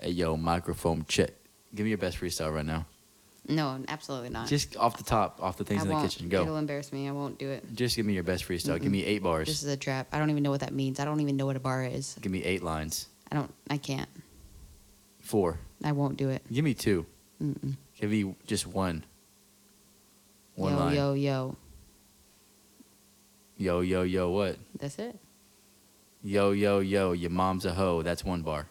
Hey, yo, microphone check. Give me your best freestyle right now. No, absolutely not. Just off the top, off the things I in the won't. kitchen. Go. It'll embarrass me. I won't do it. Just give me your best freestyle. Give Mm-mm. me eight bars. This is a trap. I don't even know what that means. I don't even know what a bar is. give me eight lines. I don't. I can't. Four. I won't do it. Give me two. Mm-mm. Give me just one. One yo, line. yo, yo. Yo, yo, yo, what? That's it. Yo, yo, yo, your mom's a hoe. That's one bar.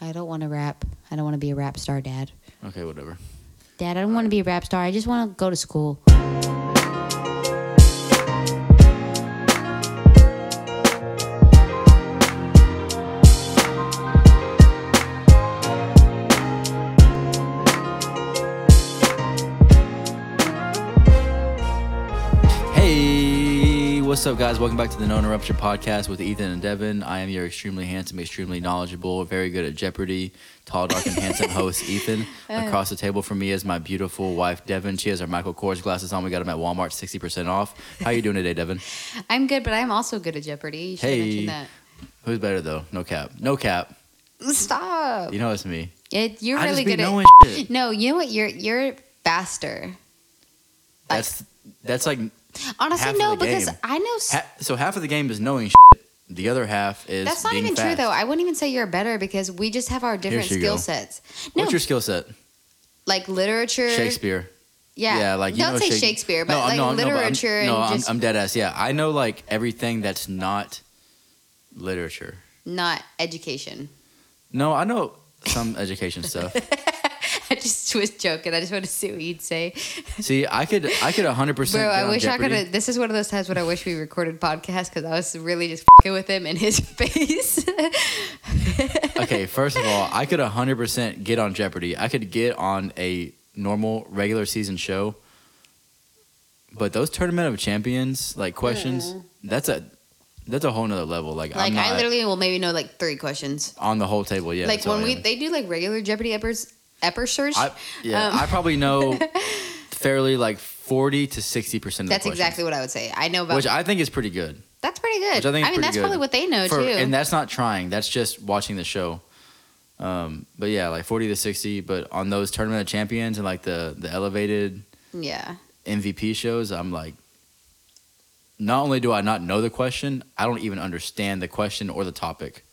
I don't want to rap. I don't want to be a rap star, Dad. Okay, whatever. Dad, I don't want to be a rap star. I just want to go to school. Hey, what's up, guys? Welcome back to the No Interruption Podcast with Ethan and Devin. I am your extremely handsome, extremely knowledgeable, very good at Jeopardy, tall, dark, and handsome host, Ethan. Uh. Across the table from me is my beautiful wife, Devin. She has her Michael Kors glasses on. We got them at Walmart, 60% off. How you doing today, Devin? I'm good, but I'm also good at Jeopardy. You should Hey. mention that. Who's better, though? No cap. No cap. Stop. You know it's me. It, you're I really just be good knowing at. shit. No, you know what? You're you're faster. That's, that's like, Honestly, Half of no, the because game. I know. s- ha- so half of the game is knowing shit. The other half is that's not being even true fast. though. I wouldn't even say you're better because we just have our different she skill go. sets. No, What's your skill set? like literature, Shakespeare. Yeah, like you don't know say Shake- Shakespeare, but No, I'm- like no, I'm- no, but I'm- literature No, and I'm, just I'm dead ass. Yeah, I know like everything that's not literature. not education. No, I know some education stuff. I just was joking. I just want to see what you'd say, See, I could, I could 100. bro. percent I wish I Jeopardy. could. have This is one of those times when I wish we recorded podcasts because I was really just fing with him in his face. okay, first of all, I could 100 percent get on Jeopardy. I could get on a normal regular season show. But those tournament of champions like questions, that's a that's a whole nother level. Like, Hmm. like I'm not I literally will maybe know like three questions. on the whole table. Yeah, like that's all when I we am. they do like regular Jeopardy eppers episodes. I, yeah, Um, I probably know fairly like forty to sixty percent. of that's the questions, exactly what I would say. I know about which I think is pretty good. that's pretty good. Which I think is mean, pretty that's good. probably what they know For- too. and that's not trying. That's just watching the show. Um, but yeah, like forty to sixty. But on those tournament of champions and like the the elevated yeah, MVP shows, I'm like, not only do I not know the question, I don't even understand the question or the topic.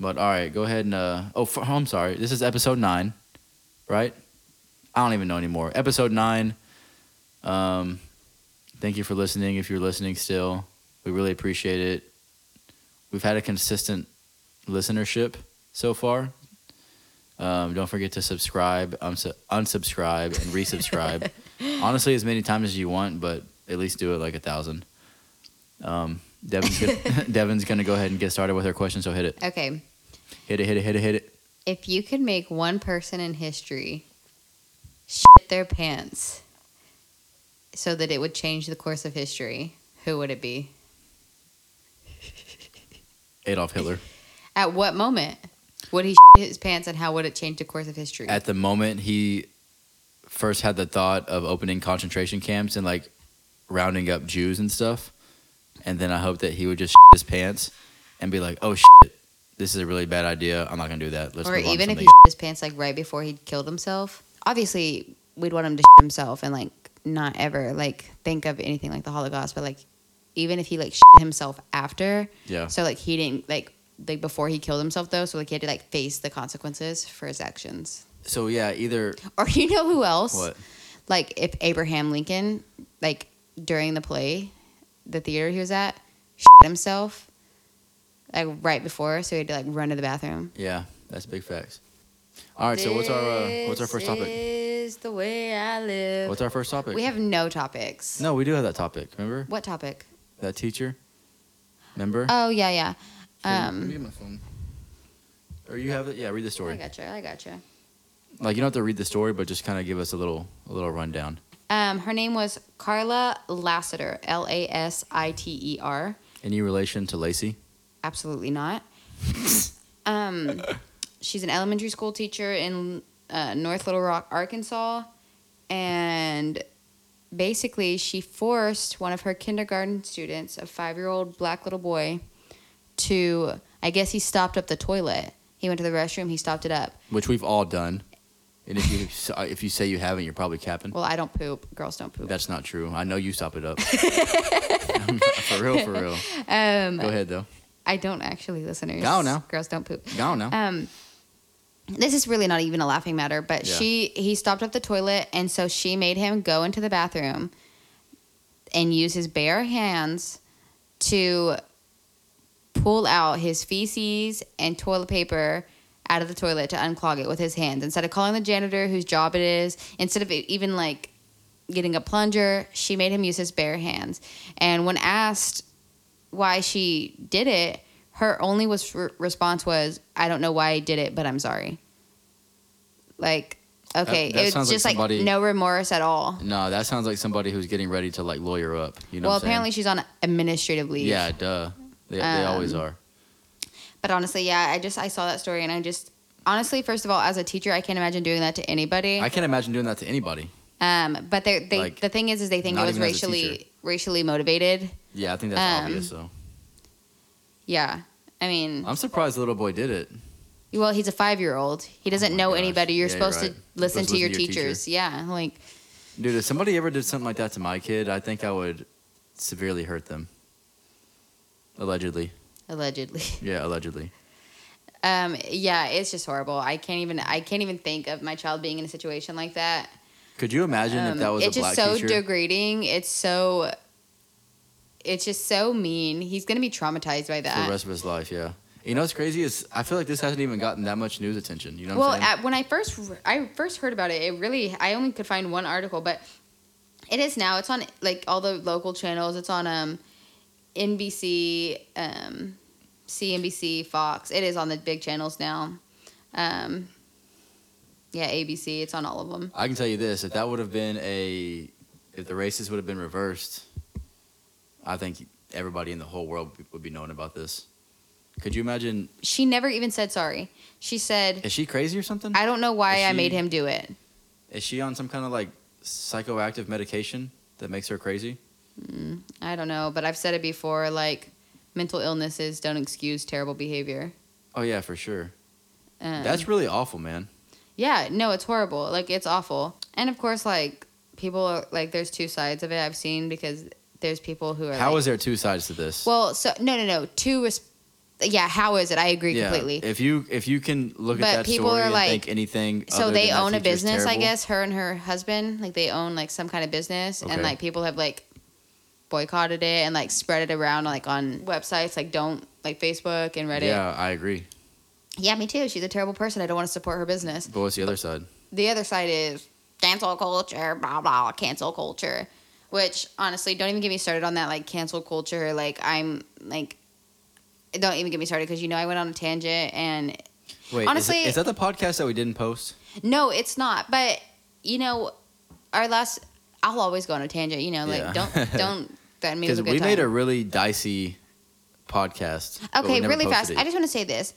But all right, go ahead and uh, oh, f I'm sorry. This is episode nine, right? I don't even know anymore. Episode nine. Um, thank you for listening. If you're listening still, we really appreciate it. We've had a consistent listenership so far. Um, don't forget to subscribe, uns- unsubscribe, and resubscribe. Honestly, as many times as you want, but at least do it like a thousand. Um, Devin's gonna, Devin's gonna go ahead and get started with her question. So hit it, okay. hit it, hit it, hit it, hit it. If you could make one person in history shit their pants so that it would change the course of history, who would it be? Adolf Hitler. At what moment would he shit his pants, and how would it change the course of history? At the moment he first had the thought of opening concentration camps and like rounding up Jews and stuff, and then I hope that he would just shit his pants and be like, "Oh shit, this is a really bad idea. I'm not gonna do that." Let's or move on to even if something he shit his pants like right before he killed himself. Obviously, we'd want him to shit himself and like not ever like think of anything like the Holocaust. But like, even if he like shit himself after, Yeah. So like he didn't like like before he killed himself though. So like he had to like face the consequences for his actions. So yeah, either Or you know who else? what? Like if Abraham Lincoln like during the play, the theater he was at, shit himself. Like right before, so he had to like run to the bathroom. Yeah, that's big facts. All right, so what's our uh, what's our first topic? Is the way I live. What's our first topic? we have no topics. no, we do have that topic. Remember What topic? that teacher? Remember? Oh yeah, yeah. Here, let me Um, get my phone. Or you have it? Yeah, read the I story. gotcha. I gotcha. Like you don't have to read the story, but just kind of give us a little a little rundown. Um, her name was Carla Lassiter. L A S I T E R. Any relation to Lacey? Absolutely not. um, she's an elementary school teacher in uh, North Little Rock, Arkansas, and basically she forced one of her kindergarten students, a five-year-old black little boy, to I guess he stopped up the toilet He went to the restroom. He stopped it up. which we've all done. And if you if you say you haven't, you're probably capping. Well, I don't poop. Girls don't poop. That's not true. I know you stop it up. for real, for real. Um, Go ahead though. I don't actually, listeners. Go now. Girls don't poop. Go on now. Um, this is really not even a laughing matter, but Yeah. she he stopped up the toilet, and so she made him go into the bathroom and use his bare hands to pull out his feces and toilet paper out of the toilet to unclog it with his hands instead of calling the janitor whose job it is instead of even like getting a plunger she made him use his bare hands and when asked why she did it her only was response was i don't know why i did it but i'm sorry like okay that it was sounds like just like, somebody- no remorse at all no, that sounds like somebody who's getting ready to like lawyer up. You know. well what I'm saying? apparently she's on administrative leave Yeah, duh. They, they always Um, are. But honestly, yeah, I just I saw that story and I just honestly, first of all, as a teacher, I can't imagine doing that to anybody. I can't imagine doing that to anybody. Um, but they they Like, the thing is, is they think it not was even as a teacher. racially racially motivated. Yeah, I think that's Um, obvious though. Yeah, I mean, I'm surprised the little boy did it. well, he's a five year old. He doesn't Oh my know gosh. anybody. You're Yeah, you're supposed right. to You're listen supposed to your teachers. Yeah, like Dude, if somebody ever did something like that to my kid, I think I would severely hurt them. Allegedly. allegedly. Yeah, allegedly. Um, yeah, it's just horrible. I can't even I can't even think of my child being in a situation like that. Could you imagine if Um, that was it's a just black so teacher? degrading. It's so. It's just so mean. He's gonna be traumatized by that. for the rest of his life. Yeah. You know what's crazy is I feel like this hasn't even gotten that much news attention. You know what well, I'm saying? at, when I first re- I first heard about it, it really I only could find one article, but it is now. It's on like all the local channels. It's on um NBC, um CNBC, Fox. It is on the big channels now. Um yeah, ABC. It's on all of them. I can tell you this: if that would have been a, if the races would have been reversed, I think everybody in the whole world would be knowing about this. Could you imagine? She never even said sorry. She said, Is she crazy or something? "I don't know why Is I she- made him do it." Is she on some kind of like psychoactive medication that makes her crazy? I don't know, but I've said it before. Like, mental illnesses don't excuse terrible behavior. Oh yeah, for sure. Um, That's really awful, man. Yeah, no, it's horrible. Like it's awful. And of course, like people are like there's two sides of it I've seen because there's people who are How like, is there two sides to this? well, so no, no, no, two. Res- yeah, how is it? I agree yeah. completely. If you if you can look But at that people story are and like- think anything, so other they than that own a teacher's business, I terrible- guess. Her and her husband, like they own like some kind of business, Okay. and like people have like boycotted it and like spread it around like on websites, like don't like Facebook and Reddit. Yeah, I agree. yeah me too. She's a terrible person. I don't want to support her business. But what's the other side? the other side is cancel culture, blah blah, cancel culture. Which honestly, don't even get me started on that. Like cancel culture. Like I'm like, don't even get me started because you know I went on a tangent and Wait, is- Honestly- is, that the podcast that we didn't post? no, it's not. But you know, our last, I'll always go on a tangent. You know, like Yeah. don't don't threaten me Because with a we good made time. a really dicey podcast. but we Okay, never really fast. posted I it. just want to say this.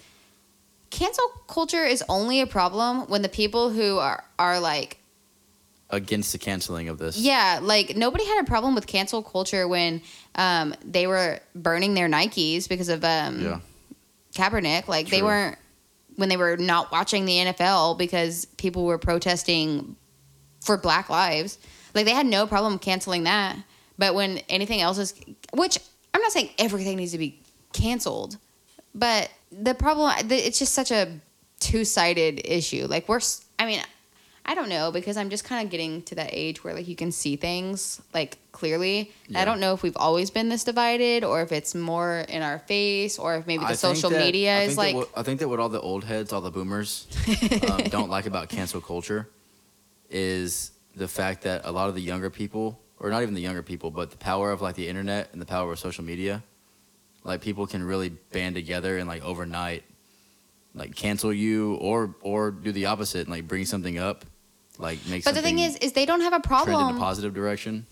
Cancel culture is only a problem when the people who are are like against the canceling of this. Yeah, like nobody had a problem with cancel culture when um, they were burning their Nikes because of um, Yeah. Kaepernick. Like they True. weren't when they were not watching the NFL because people were protesting for Black Lives. Like they had no problem canceling that. But when anything else is, which I'm not saying everything needs to be canceled, but the problem the- it's just such a two-sided issue. Like we're, s- I mean, I don't know because I'm just kind of getting to that age where like you can see things like clearly. And Yeah. I don't know if we've always been this divided or if it's more in our face or if maybe the I think social that- I media think is that like what- I think that what all the old heads, all the boomers, um, don't like about cancel culture is the fact that a lot of the younger people, or not even the younger people, but the power of like the internet and the power of social media, like people can really band together and like overnight, like cancel you or or do the opposite and like bring something up, like make. but the thing something is is they don't have a trend in a problem positive direction.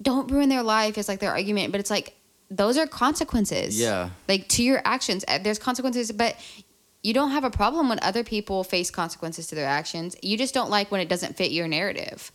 don't ruin their life is like their argument, but it's like those are consequences. Yeah. Like to your actions, Uh, there's consequences, but you don't have a problem when other people face consequences to their actions. You just don't like when it doesn't fit your narrative.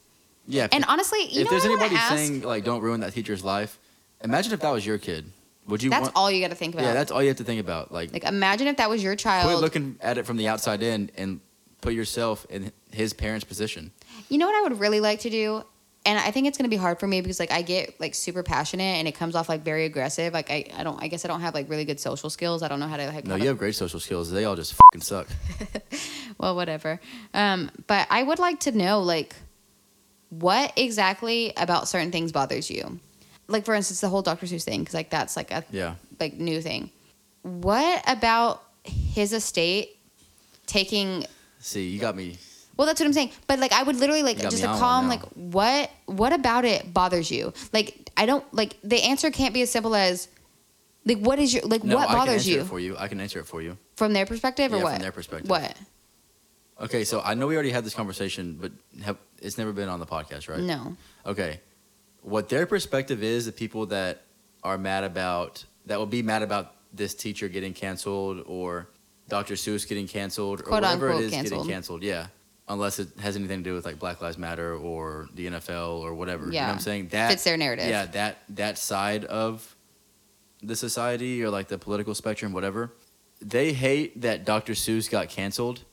Yeah. And honestly, you if know there's what I wanna anybody ask? saying like don't ruin that teacher's life, imagine if that was your kid. Would you? That's want, all you got to think about. Yeah, that's all you have to think about. Like, like imagine if that was your quit child. looking at it from the outside in and put yourself in his parents' position. You know what I would really like to do? And I think it's gonna be hard for me because like I get like super passionate and it comes off like very aggressive. Like I, I don't I guess I don't have like really good social skills. I don't know how to like No, how you to- have great social skills. They all just fucking suck. well whatever. Um, but I would like to know like what exactly about certain things bothers you. Like for instance, the whole Dr. Seuss thing because like that's like a Yeah. like new thing. What about his estate taking See, you got me. Well, that's what I'm saying. But like, I would literally like You got just me a on one calm now. like, what what about it bothers you? Like, I don't like the answer can't be as simple as like what is your like No, what I can bothers answer you it for you. I can answer it for you. from their perspective or Yeah, from what? their perspective. What? Okay, so I know we already had this conversation, but have, it's never been on the podcast, right? No. Okay. What their perspective is, the people that are mad about, that will be mad about this teacher getting canceled or Dr. Seuss getting canceled or Quote, whatever unquote, it is canceled. getting canceled. Yeah. Unless it has anything to do with like Black Lives Matter or the NFL or whatever. You know Yeah. what I'm saying? That Fits their narrative. Yeah, that that side of the society or like the political spectrum, whatever. They hate that Dr. Seuss got canceled.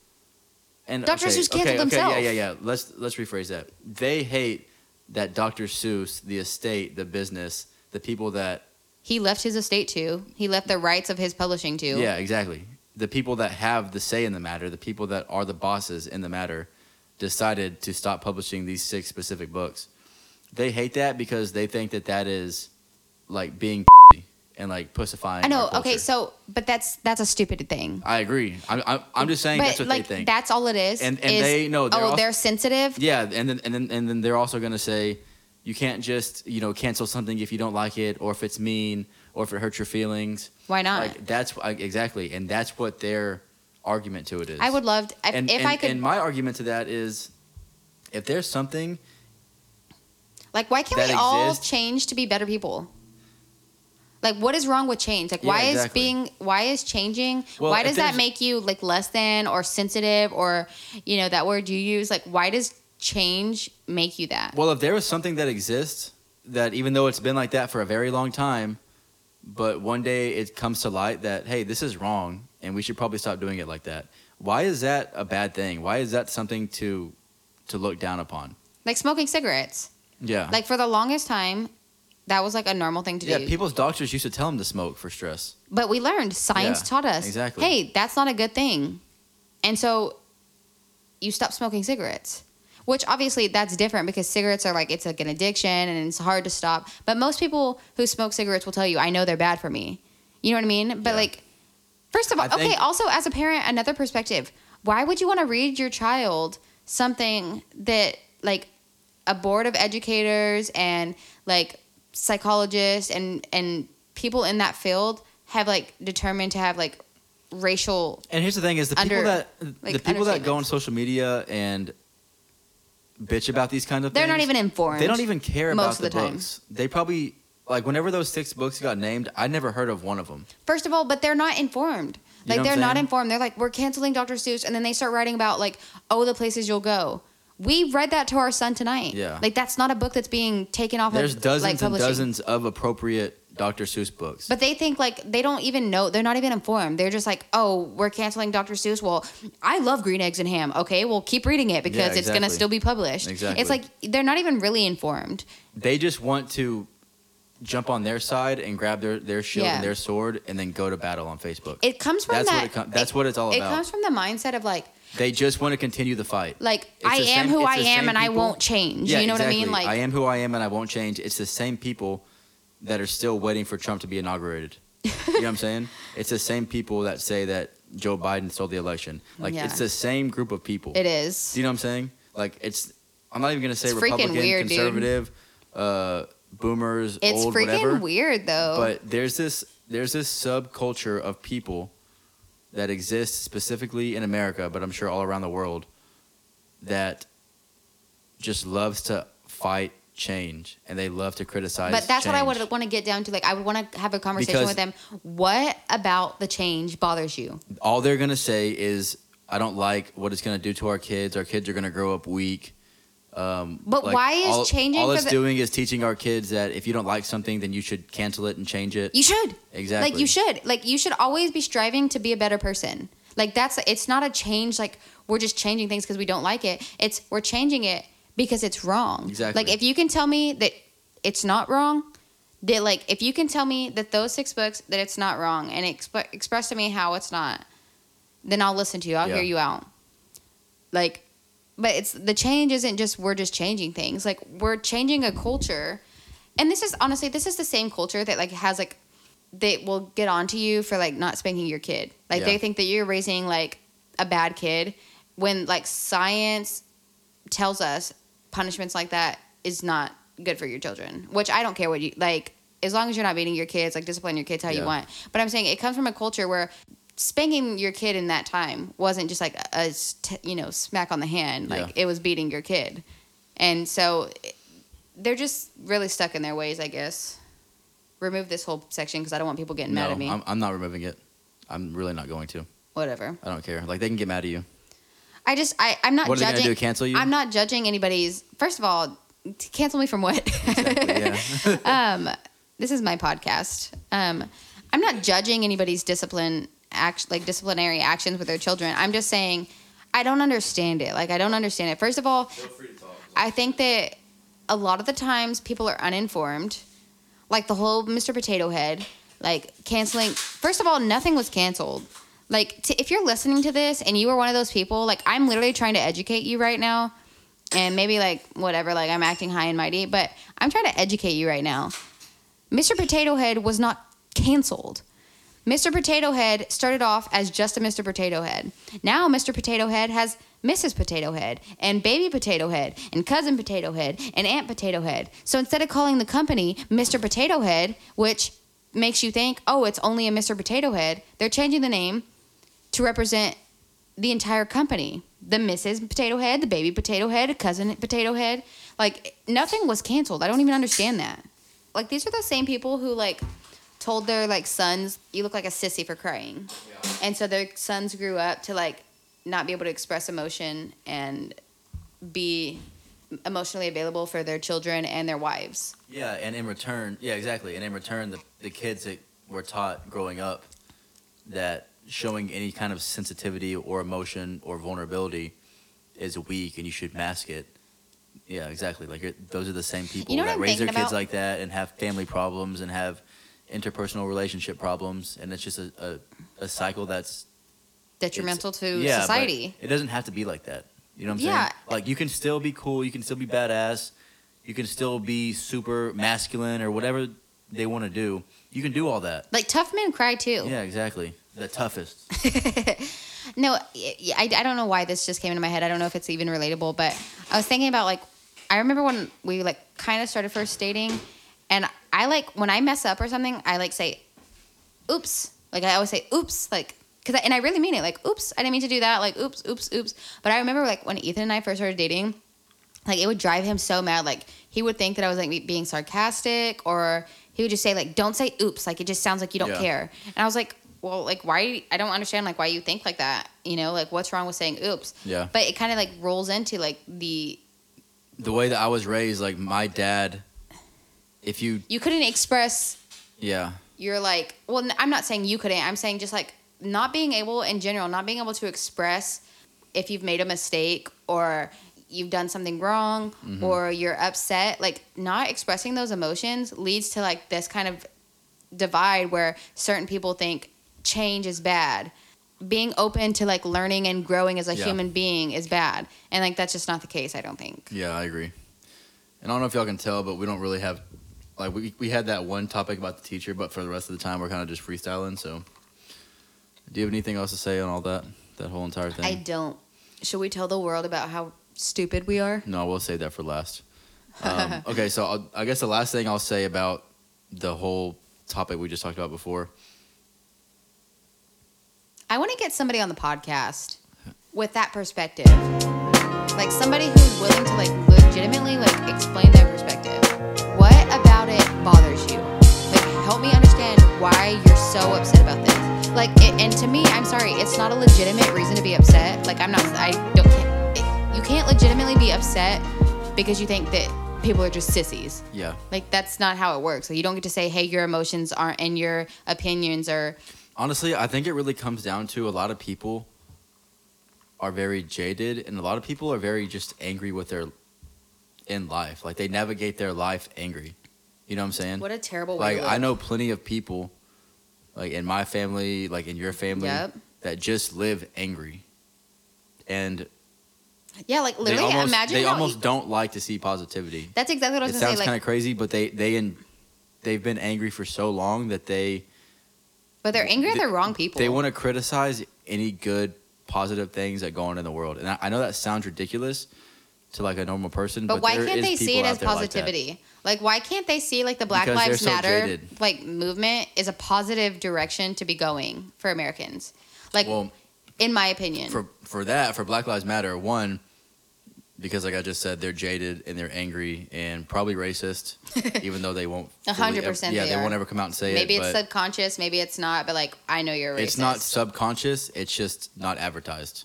And Dr. okay, Seuss canceled okay, okay, himself. Yeah, yeah, yeah. Let's let's rephrase that. They hate that Dr. Seuss, the estate, the business, the people that He left his estate to. He left the rights of his publishing to. Yeah, exactly. The people that have the say in the matter, the people that are the bosses in the matter, decided to stop publishing these six specific books. They hate that because they think that that is like being and like pussifying. I know. our culture. Okay, so but that's that's a stupid thing. I agree. I'm, I'm, I'm just saying but that's what like they think. that's all it is. And- and is, they- no, they're oh, also- they're sensitive. yeah, and then and then and then they're also gonna say you can't just you know cancel something if you don't like it or if it's mean or if it hurts your feelings. Why not? Like that's like, exactly, and that's what their argument to it is. I would love to, if, and, if and, I could. and my argument to that is if there's something Like, why can't that we all exists- change to be better people? Like, what is wrong with change? Like, Yeah, why exactly. is being, why is changing? Well, why if does that there's- make you like less than or sensitive or, you know, that word you use? Like, why does change make you that? well if there is something that exists that even though it's been like that for a very long time but one day it comes to light that hey this is wrong and we should probably stop doing it like that why is that a bad thing why is that something to to look down upon Like smoking cigarettes. yeah Like for the longest time, that was like a normal thing to yeah do. people's doctors used to tell them to smoke for stress but we learned science Yeah, taught us exactly. hey that's not a good thing and so you stop smoking cigarettes which obviously that's different because cigarettes are like it's like an addiction and it's hard to stop but most people who smoke cigarettes will tell you i know they're bad for me you know what i mean but Yeah. like first of all I think- okay also as a parent another perspective why would you want to read your child something that like a board of educators and like psychologists and and people in that field have like determined to have like racial And here's the thing: is the Under- people that like, the people that go understatements. on social media and bitch about these kinds of They're things, not even informed They don't even care most about of the, the time. books. They probably like whenever those six books got named, I never heard of one of them. first of all but they're not informed You know like what they're I'm not saying? informed they're like we're canceling dr seuss and then they start writing about like oh the places you'll go we read that to our son tonight Yeah. like that's not a book that's being taken off There's of, dozens like, and publishing. dozens of appropriate Dr. Seuss books. But they think like they don't even know. They're not even informed. They're just like, oh, we're canceling Dr. Seuss. Well, I love Green Eggs and Ham. Okay, well, keep reading it because it's gonna exactly. still be published. Exactly. It's like they're not even really informed. they just want to jump on their side and grab their their shield Yeah. and their sword and then go to battle on Facebook. It comes from that's that. what it com- that's what it's all It about. comes from the mindset of like, they just want to continue the fight. like It's I the am same- who it's I the am same and I people. won't change. you know what I mean? Like I am who I am and I won't change. It's the same people that are still waiting for Trump to be inaugurated. you know what I'm saying? It's the same people that say that Joe Biden stole the election. Like Yeah. it's the same group of people. it is. Do you know what I'm saying? Like it's I'm not even gonna say It's freaking Republican, weird, dude. conservative, uh boomers, It's old, freaking whatever. weird though. But there's this there's this subculture of people that exists specifically in America, but I'm sure all around the world that just loves to fight change and they love to criticize. But that's what I change. would want to get down to. Like, I would want to have a conversation Because- with them. What about the change bothers you? All they're gonna say is, "I don't like what it's gonna do to our kids. Our kids are gonna grow up weak. Um, But why is all- changing All for it's the- doing is teaching our kids that if you don't like something, then you should cancel it and change it. You should. exactly. Like you should. Like you should always be striving to be a better person. Like that's it's not a change like we're just changing things because we don't like it. It's we're changing it because it's wrong. Exactly. Like if you can tell me that it's not wrong, that like if you can tell me that those six books that it's not wrong and exp- express to me how it's not, then I'll listen to you. I'll Yeah. hear you out. Like but it's the change isn't just we're just changing things. Like we're changing a culture. And this is honestly this is the same culture that like has like they will get onto you for like not spanking your kid. Like Yeah. they think that you're raising like a bad kid when like science tells us punishments like that is not good for your children. Which I don't care what you like as long as you're not beating your kids, like discipline your kids how Yeah. you want. But I'm saying it comes from a culture where spanking your kid in that time wasn't just like a, a s- t- you know smack on the hand like Yeah. it was beating your kid. And so they're just really stuck in their ways, I guess. Remove this whole section because I don't want people getting mad no, at me. I'm, I'm not removing it. I'm really not going to. Whatever. I don't care. Like they can get mad at you. I just I I'm not What are they gonna judging. do, cancel you? I'm not judging anybody's. First of all, t- cancel me from what? Exactly, yeah. this is my podcast. Um, I'm not judging anybody's discipline act like disciplinary actions with their children. I'm just saying I don't understand it. Like I don't understand it. First of all, I think that a lot of the times people are uninformed. Like the whole Mr. Potato Head, like canceling. First of all, nothing was canceled. Like t- if you're listening to this and you are one of those people, like I'm literally trying to educate you right now. And maybe like whatever, like I'm acting high and mighty, but I'm trying to educate you right now. Mr. Potato Head was not canceled. Mr. Potato Head started off as just a Mr. Potato Head. Now Mr. Potato Head has Mrs. Potato Head and Baby Potato Head and Cousin Potato Head and Aunt Potato Head. So instead of calling the company Mr. Potato Head, which makes you think, oh, it's only a Mr. Potato Head, they're changing the name to represent the entire company the Mrs. Potato Head, the Baby Potato Head, Cousin Potato Head. Like, nothing was canceled. I don't even understand that. Like, these are the same people who, like, told their, like, sons, you look like a sissy for crying. And so their sons grew up to, like, not be able to express emotion and be emotionally available for their children and their wives. yeah, and in return, yeah, exactly. And in return, the, the kids that were taught growing up that showing any kind of sensitivity or emotion or vulnerability is weak and you should mask it. Yeah, exactly. Like it, those are the same people You know what that I'm raise their thinking kids about? like that and have family problems and have interpersonal relationship problems, and it's just a, a, a cycle that's it's- Detrimental to yeah, but society. It doesn't have to be like that. You know what I'm Yeah. saying? Like you can still be cool, you can still be badass, you can still be super masculine or whatever they want to do. You can do all that. Like, tough men cry too. Yeah, exactly. The toughest. No, y- y- I, I don't know why this just came into my head. I don't know if it's even relatable, but I was thinking about like, I remember when we like kind of started first dating, and I like when I mess up or something, I like say, "Oops!" Like I always say, "Oops!" Like because and I really mean it. Like, "Oops!" I didn't mean to do that. Like, "Oops!" Oops! Oops! But I remember like when Ethan and I first started dating, like it would drive him so mad. Like he would think that I was like be- being sarcastic, or he would just say like, "Don't say oops." Like it just sounds like you don't Yeah. care. And I was like, "Well, like why? I don't understand like why you think like that. You know, like what's wrong with saying oops?" Yeah. But it kind of like rolls into like the The way that I was raised, like my dad, if you, you couldn't express yeah, you're like, well, n- I'm not saying you couldn't. I'm saying just like not being able in general, not being able to express if you've made a mistake or you've done something wrong or you're upset. Like not expressing those emotions leads to like this kind of divide where certain people think change is bad. Being open to like learning and growing as a Yeah. human being is bad. And like that's just not the case, I don't think. yeah, I agree. And I don't know if y'all can tell, but we don't really have, like, we, we had that one topic about the teacher, but for the rest of the time, we're kind of just freestyling. So, do you have anything else to say on all that, that whole entire thing? I don't. Should we tell the world about how stupid we are? No, we'll save that for last. Um, okay, so I'll, I guess the last thing I'll say about the whole topic we just talked about before. I want to get somebody on the podcast with that perspective. Like somebody who's willing to like legitimately like explain their perspective. What about it bothers you? Like help me understand why you're so upset about this. Like it, and to me, I'm sorry, it's not a legitimate reason to be upset. Like I'm not I don't can't, it, you can't legitimately be upset because you think that people are just sissies. Yeah. Like that's not how it works. Like you don't get to say, "Hey, your emotions aren't and your opinions are." Honestly, I think it really comes down to a lot of people are very jaded and a lot of people are very just angry with their in life. Like they navigate their life angry. You know what I'm saying? What a terrible way. like to I live. know plenty of people like in my family, like in your family Yep. that just live angry. And Yeah, like they literally, almost, imagine they how e- almost don't like to see positivity. That's exactly what I It was gonna sounds say. Like, kind of crazy, but they they in, they've been angry for so long that they but they're angry at they- the wrong people. They want to criticize any good, positive things that go on in the world. And I, I know that sounds ridiculous to like a normal person, but, but, why there can't is they see people it out as there like that. positivity? Like, why can't they see like the Black Because they're Lives so Matter jaded. like movement is a positive direction to be going for Americans? Like, well, in my opinion, for for that, for Black Lives Matter, one because like I just said, they're jaded and they're angry and probably racist, even though they won't. A fully hundred ev- percent Yeah, they they, are. won't ever come out and say maybe it. it's but subconscious, maybe it's not. But like, I know you're racist. it's not subconscious. It's just not advertised.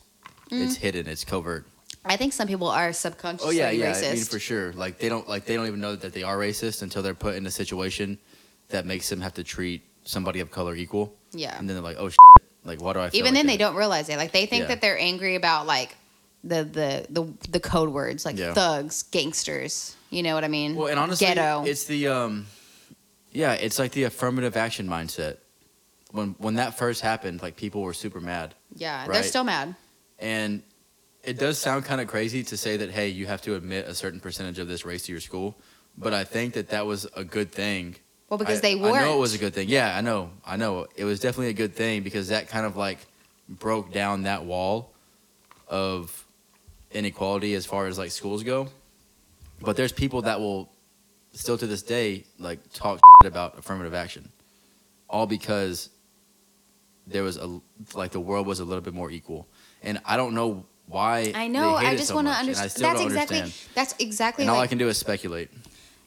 It's Mm-hmm. hidden. It's covert. I think some people are subconsciously Oh yeah, yeah. racist. I mean, for sure. Like they don't like they don't even know that they are racist until they're put in a situation that makes them have to treat somebody of color equal, yeah. and then they're like, oh, shit. like why do I? Feel like Even then, that? they don't realize it. Like, they think Yeah. that they're angry about like the the the the code words like Yeah. thugs, gangsters. You know what I mean? Well, and honestly, ghetto. it's the um, yeah, it's like the affirmative action mindset. When when that first happened, like people were super mad, yeah, they're right. still mad. and it does sound kind of crazy to say that hey, you have to admit a certain percentage of this race to your school, but I think that that was a good thing Well, because I- they weren't. I know it was a good thing. Yeah, I know. I know. It was definitely a good thing because that kind of like broke down that wall of inequality as far as like schools go. But there's people that will still to this day like talk about affirmative action, all because there was a like the world was a little bit more equal, and I don't know why. I know. they hate I it just so want to much, and I understand. still That's don't exactly. understand. That's exactly And all I like, can do is speculate.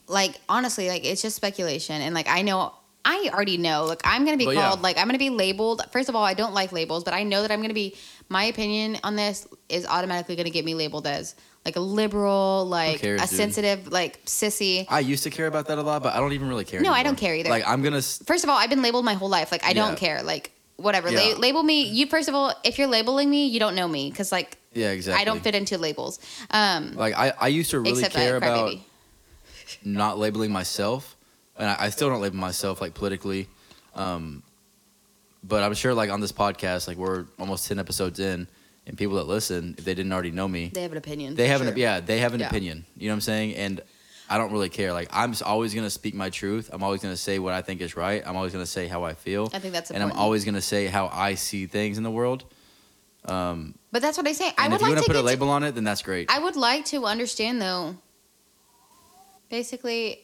like honestly, like it's just speculation, and like I know. I already know. Like I'm gonna be But yeah. called. Like I'm gonna be labeled. First of all, I don't like labels, but I know that I'm gonna be. My opinion on this is automatically gonna get me labeled as like a liberal, like cares, a dude? sensitive, like sissy. I used to care about that a lot, but I don't even really care. No, I anymore. don't care either. Like I'm gonna. s- First of all, I've been labeled my whole life. Like I Yeah. don't care. Like whatever. La- Yeah. label me. You first of all, if you're labeling me, you don't know me because like Yeah, exactly. I don't fit into labels. Um, Like I, I used to really except care I about crybaby. not labeling myself, and I, I still don't label myself like politically. Um, but I'm sure, like on this podcast, like we're almost ten episodes in, and people that listen, if they didn't already know me, They have an opinion. they have sure. an yeah, they have an Yeah. opinion. You know what I'm saying? And I don't really care. Like I'm s- always gonna speak my truth. I'm always gonna say what I think is right. I'm always gonna say how I feel, I think that's and I'm important. always gonna say how I see things in the world. Um, But that's what I say. I and would if you want like to to put get a to- label on it, then that's great. I would like to understand though. Basically,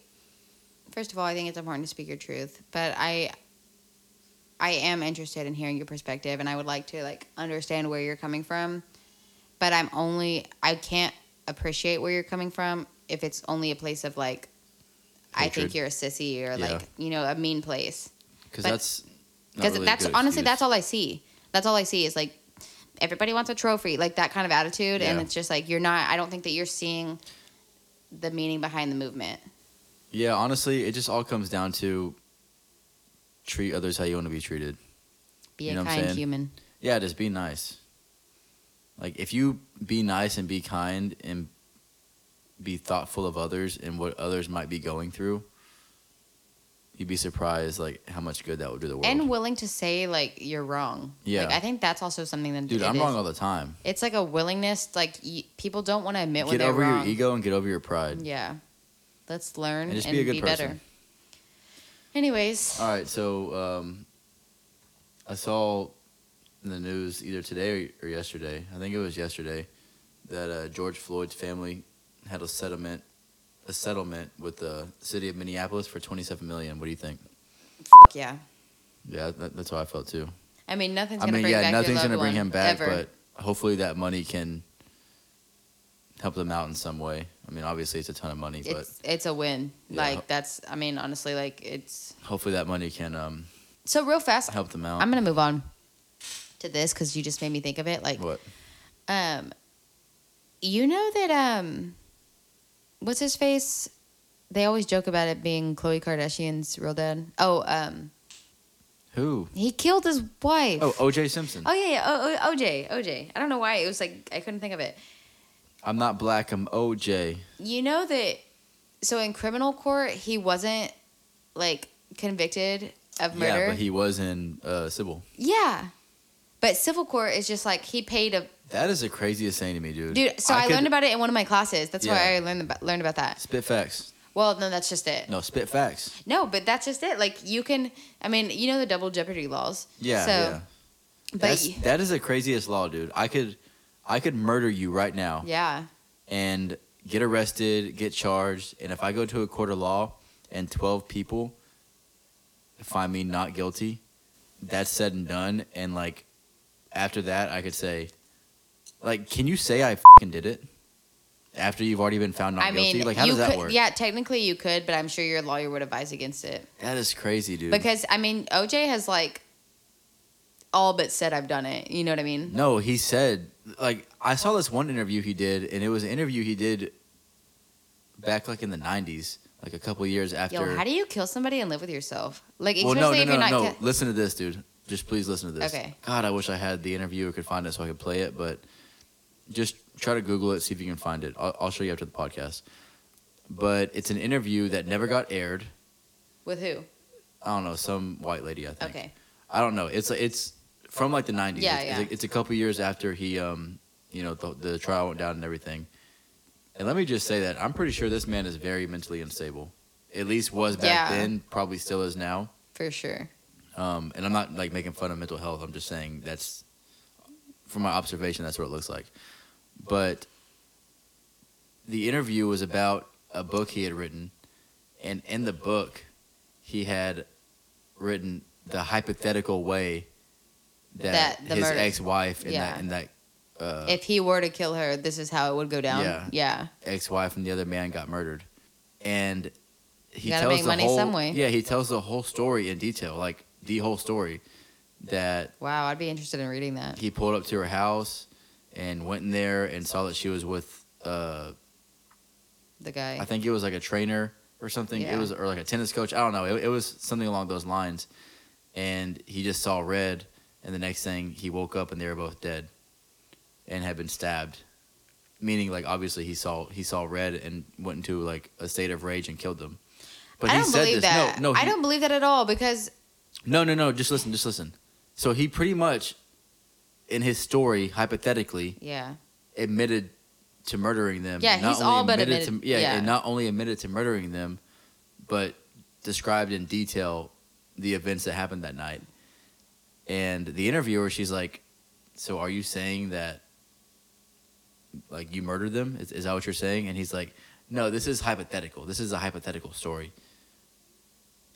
first of all, I think it's important to speak your truth, but I I am interested in hearing your perspective and I would like to like understand where you're coming from, but I'm only I can't appreciate where you're coming from if it's only a place of like I Hatred. think you're a sissy or Yeah. like, you know, a mean place. Because but- that's not Because really a that's good honestly excuse. that's all I see. That's all I see is like everybody wants a trophy, like that kind of attitude, and Yeah. it's just like you're not. I don't think that you're seeing the meaning behind the movement. Yeah, honestly, it just all comes down to treat others how you want to be treated. Be You know a what I'm kind saying? human. Yeah, just be nice. Like if you be nice and be kind and be thoughtful of others and what others might be going through, you'd be surprised like how much good that would do the world. And willing to say like you're wrong. Yeah. like, I think that's also something that Dude, it I'm is- wrong all the time. It's like a willingness. Like y- people don't want to admit when get they're over wrong. your ego and get over your pride. Yeah, let's learn And and, just be a good be person. Uh, better. Anyways, All right, so um, I saw in the news either today or, or yesterday. I think it was yesterday that uh, George Floyd's family had a settlement, a settlement with the city of Minneapolis for twenty-seven million. What do you think? fuck yeah. Yeah, that, that's how I felt too. I mean, nothing's I gonna mean, bring yeah, back nothing's your gonna loved bring one, him back, ever. but hopefully that money can help them out in some way. I mean, obviously it's a ton of money, but it's it's a win. Yeah. Like that's I mean honestly like it's hopefully that money can um, so real fast. help them out. I'm gonna move on to this because you just made me think of it. Like what? um, you know that um, what's his face? They always joke about it being Khloe Kardashian's real dad. Oh, um, Who? he killed his wife. Oh, OJ Simpson. Oh, yeah, yeah. Oh, oh, OJ, OJ. I don't know why it was like I couldn't think of it. I'm not black. I'm OJ. You know that. So in criminal court, he wasn't like convicted of murder. Yeah, but he was in uh, Sybil. Yeah. But civil court is just like he paid a That is the craziest thing to me, dude. dude. So I, could- learned about it in one of my classes. That's why Yeah. I learned about, learned about that. spit facts. Well, no, that's just it. No, spit facts. No, but that's just it. Like you can, I mean, you know the double jeopardy laws. Yeah, So, yeah. but That's, y- that is the craziest law, dude. I could, I could murder you right now yeah, and get arrested, get charged, and if I go to a court of law and twelve people find me not guilty, that's said and done. And like after that, I could say, like, can you say I fucking did it? After you've already been found not I guilty, mean, like how you does that could, work? yeah, technically you could, but I'm sure your lawyer would advise against it That is crazy, dude. because I mean, OJ has like all but said I've done it. You know what I mean? No, he said like I saw this one interview he did, and it was an interview he did back like in the '90s, like a couple years after. Yo, how do you kill somebody and live with yourself? Like, well, especially no, no, if no, you're not. no. ca- Listen to this, dude. Just please listen to this. Okay. God, I wish I had the interview or could find it so I could play it, but just try to Google it, see if you can find it. I'll, I'll show you after the podcast. But it's an interview that never got aired. With who? I don't know, some white lady, I think. Okay. I don't know. It's it's from like the nineties. Yeah, it's, yeah. It's, a, it's a couple years after he, um, you know, the, the trial went down and everything. And let me just say that I'm pretty sure this man is very mentally unstable. At least was back Yeah. then. Probably still is now. For sure. Um, and I'm not like making fun of mental health. I'm just saying that's from my observation. That's what it looks like. But the interview was about a book he had written, and in the book, he had written the hypothetical way that, That the his murder- ex-wife and Yeah. that and that uh, if he were to kill her, this is how it would go down. Yeah. Yeah. ex-wife and the other man got murdered, and he Gotta tells make the money whole some way. yeah he tells the whole story in detail, like the whole story that Wow, I'd be interested in reading that. he pulled up to her house and went in there and saw that she was with uh The guy. I think it was like a trainer or something. Yeah. It was or like a tennis coach. I don't know. It, it was something along those lines. And he just saw red and the next thing he woke up and they were both dead and had been stabbed. Meaning like obviously he saw he saw red and went into like a state of rage and killed them. But I he don't said believe this. that. No, no, I he- don't believe that at all because no, no, no. Just listen. Just listen. So he pretty much, in his story, hypothetically, yeah, admitted to murdering them. Yeah, he's all but admitted- to, yeah, yeah. and not only admitted to murdering them, but described in detail the events that happened that night. And the interviewer, she's like, "So are you saying that, like, you murdered them? Is, is that what you're saying?" And he's like, "No, this is hypothetical. This is a hypothetical story."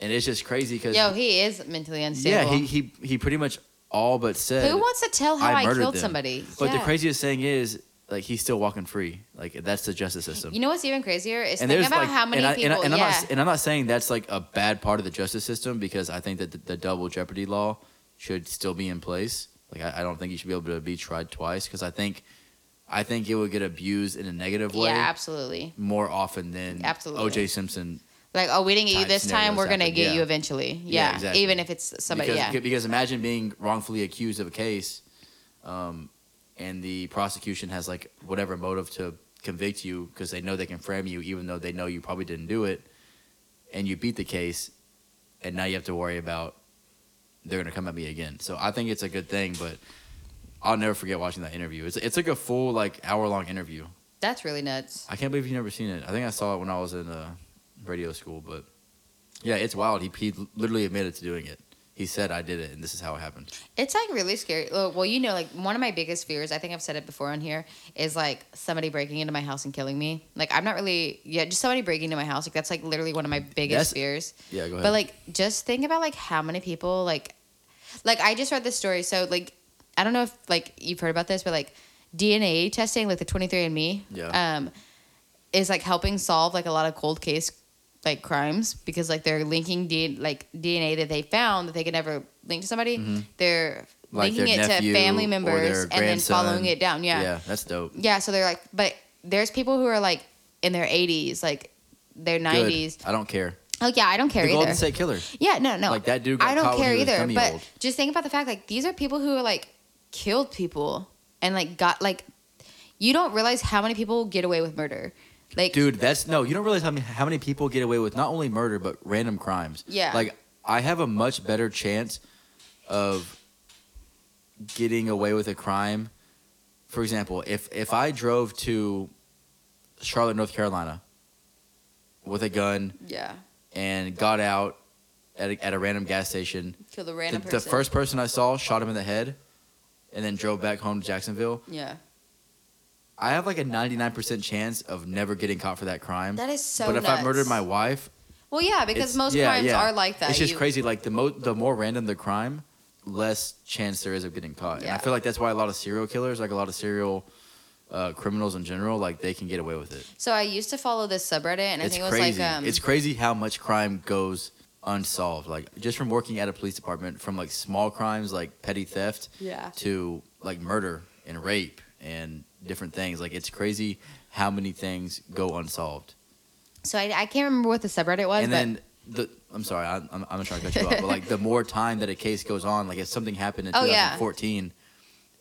And it's just crazy because yo, he is mentally yeah, unstable. he, he he pretty much all but said Who wants to tell how I I, murdered killed them. somebody? but the Yeah. craziest thing is, like, he's still walking free. Like, that's the justice system. you know what's even crazier is think about like- how many and I, and people. I- and I'm yeah, not, and I'm not saying that's like a bad part of the justice system because I think that the, the double jeopardy law should still be in place. Like, I, I don't think you should be able to be tried twice because I think, I think it would get abused in a negative way yeah, absolutely. more often than Absolutely. O.J. Simpson Like, oh, we didn't get you Type this time. scenarios We're gonna happen, get yeah. you eventually. Yeah, Yeah, exactly. even if it's somebody. because, yeah, because imagine being wrongfully accused of a case, um, and the prosecution has like whatever motive to convict you because they know they can frame you, even though they know you probably didn't do it, and you beat the case, and now you have to worry about they're gonna come at me again. So I think it's a good thing, but I'll never forget watching that interview. It's it's like a full like hour long interview. that's really nuts. I can't believe you've never seen it. I think I saw it when I was in uh, radio school, but yeah, it's wild. He, he literally admitted to doing it. He said, I did it, and this is how it happened. It's like really scary. Well, well, you know, like one of my biggest fears, I think I've said it before on here, is like somebody breaking into my house and killing me. Like I'm not really yeah, just somebody breaking into my house. Like that's like literally one of my biggest That's- fears. Yeah, go ahead. But like just think about like how many people like like I just read this story, so like I don't know if like you've heard about this, but like DNA testing, like the twenty three and me, Yeah. um, is like helping solve like a lot of cold case like crimes because like they're linking D- like DNA that they found that they could never link to somebody. They're Mm-hmm. Like linking their it to nephew family or members their and then following grandson. it down. Yeah. yeah. that's dope. So they're like, but there's people who are like in their 80s, like their 90s. Good. I don't care. Oh yeah, I don't care the either. Golden State Killer. Yeah, no, no. Like, that dude got I don't caught when care he was either. dummy But old. just think about the fact like these are people who like killed people and like got like you don't realize how many people get away with murder. Like Dude, that's no. You don't realize how many how many people get away with not only murder but random crimes. Yeah. Like I have a much better chance of getting away with a crime. For example, if if I drove to Charlotte, North Carolina, with a gun yeah, and got out at a, at a random gas station, kill the the, random the person. first person I saw shot him in the head, and then drove back home to Jacksonville. yeah, I have like a ninety nine percent chance of never getting caught for that crime. that is so. but if I murdered nuts. my wife, well, yeah, because it's- most yeah, crimes yeah. are like that. It's just You- crazy. Like the mo- the more random the crime, less chance there is of getting caught. And I Yeah. feel like that's why a lot of serial killers, like a lot of serial uh, criminals in general, like they can get away with it. So I used to follow this subreddit, and I it's think it was crazy. like um, it's crazy how much crime goes unsolved. Like just from working at a police department, from like small crimes like petty theft yeah, to like murder and rape and different things. Like it's crazy how many things go unsolved. So I, I can't remember what the subreddit was, and but then the I'm sorry, I, I'm I'm not trying to cut you off, but like the more time that a case goes on, like if something happened in Oh, yeah. 2014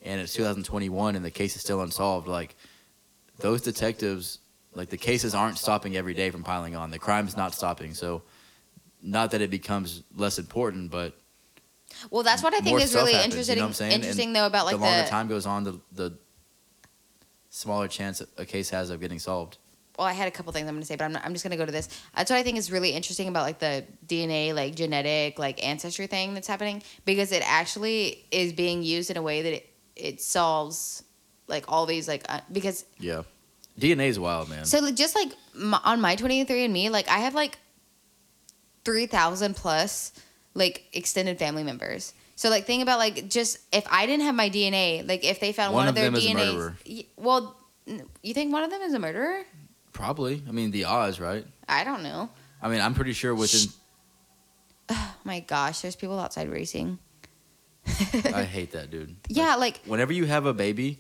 and it's 2021 and the case is still unsolved, like those detectives, like the cases aren't stopping every day from piling on. The crime's not stopping, so not that it becomes less important, but well, that's what I more think is stuff really happens, you interesting. know what I'm saying? And interesting though about like the the, longer time goes on, the the smaller chance a case has of getting solved. well, I had a couple things I'm going to say, but I'm not, I'm just going to go to this. That's what I think is really interesting about like the DNA, like genetic, like ancestry thing that's happening because it actually is being used in a way that it, it solves like all these like uh, because Yeah, DNA is wild, man. so like, just like my, on my 23 and me, like I have like 3,000 plus like extended family members. So like think about like just if I didn't have my DNA, like if they found One one, of of their them is a DNA, murderer. well, n- you think one of them is a murderer? Probably, I mean the odds, right? I don't know. I mean, I'm pretty sure within. Oh my gosh, there's people outside racing. I hate that, dude. Yeah, like Whenever you have a baby,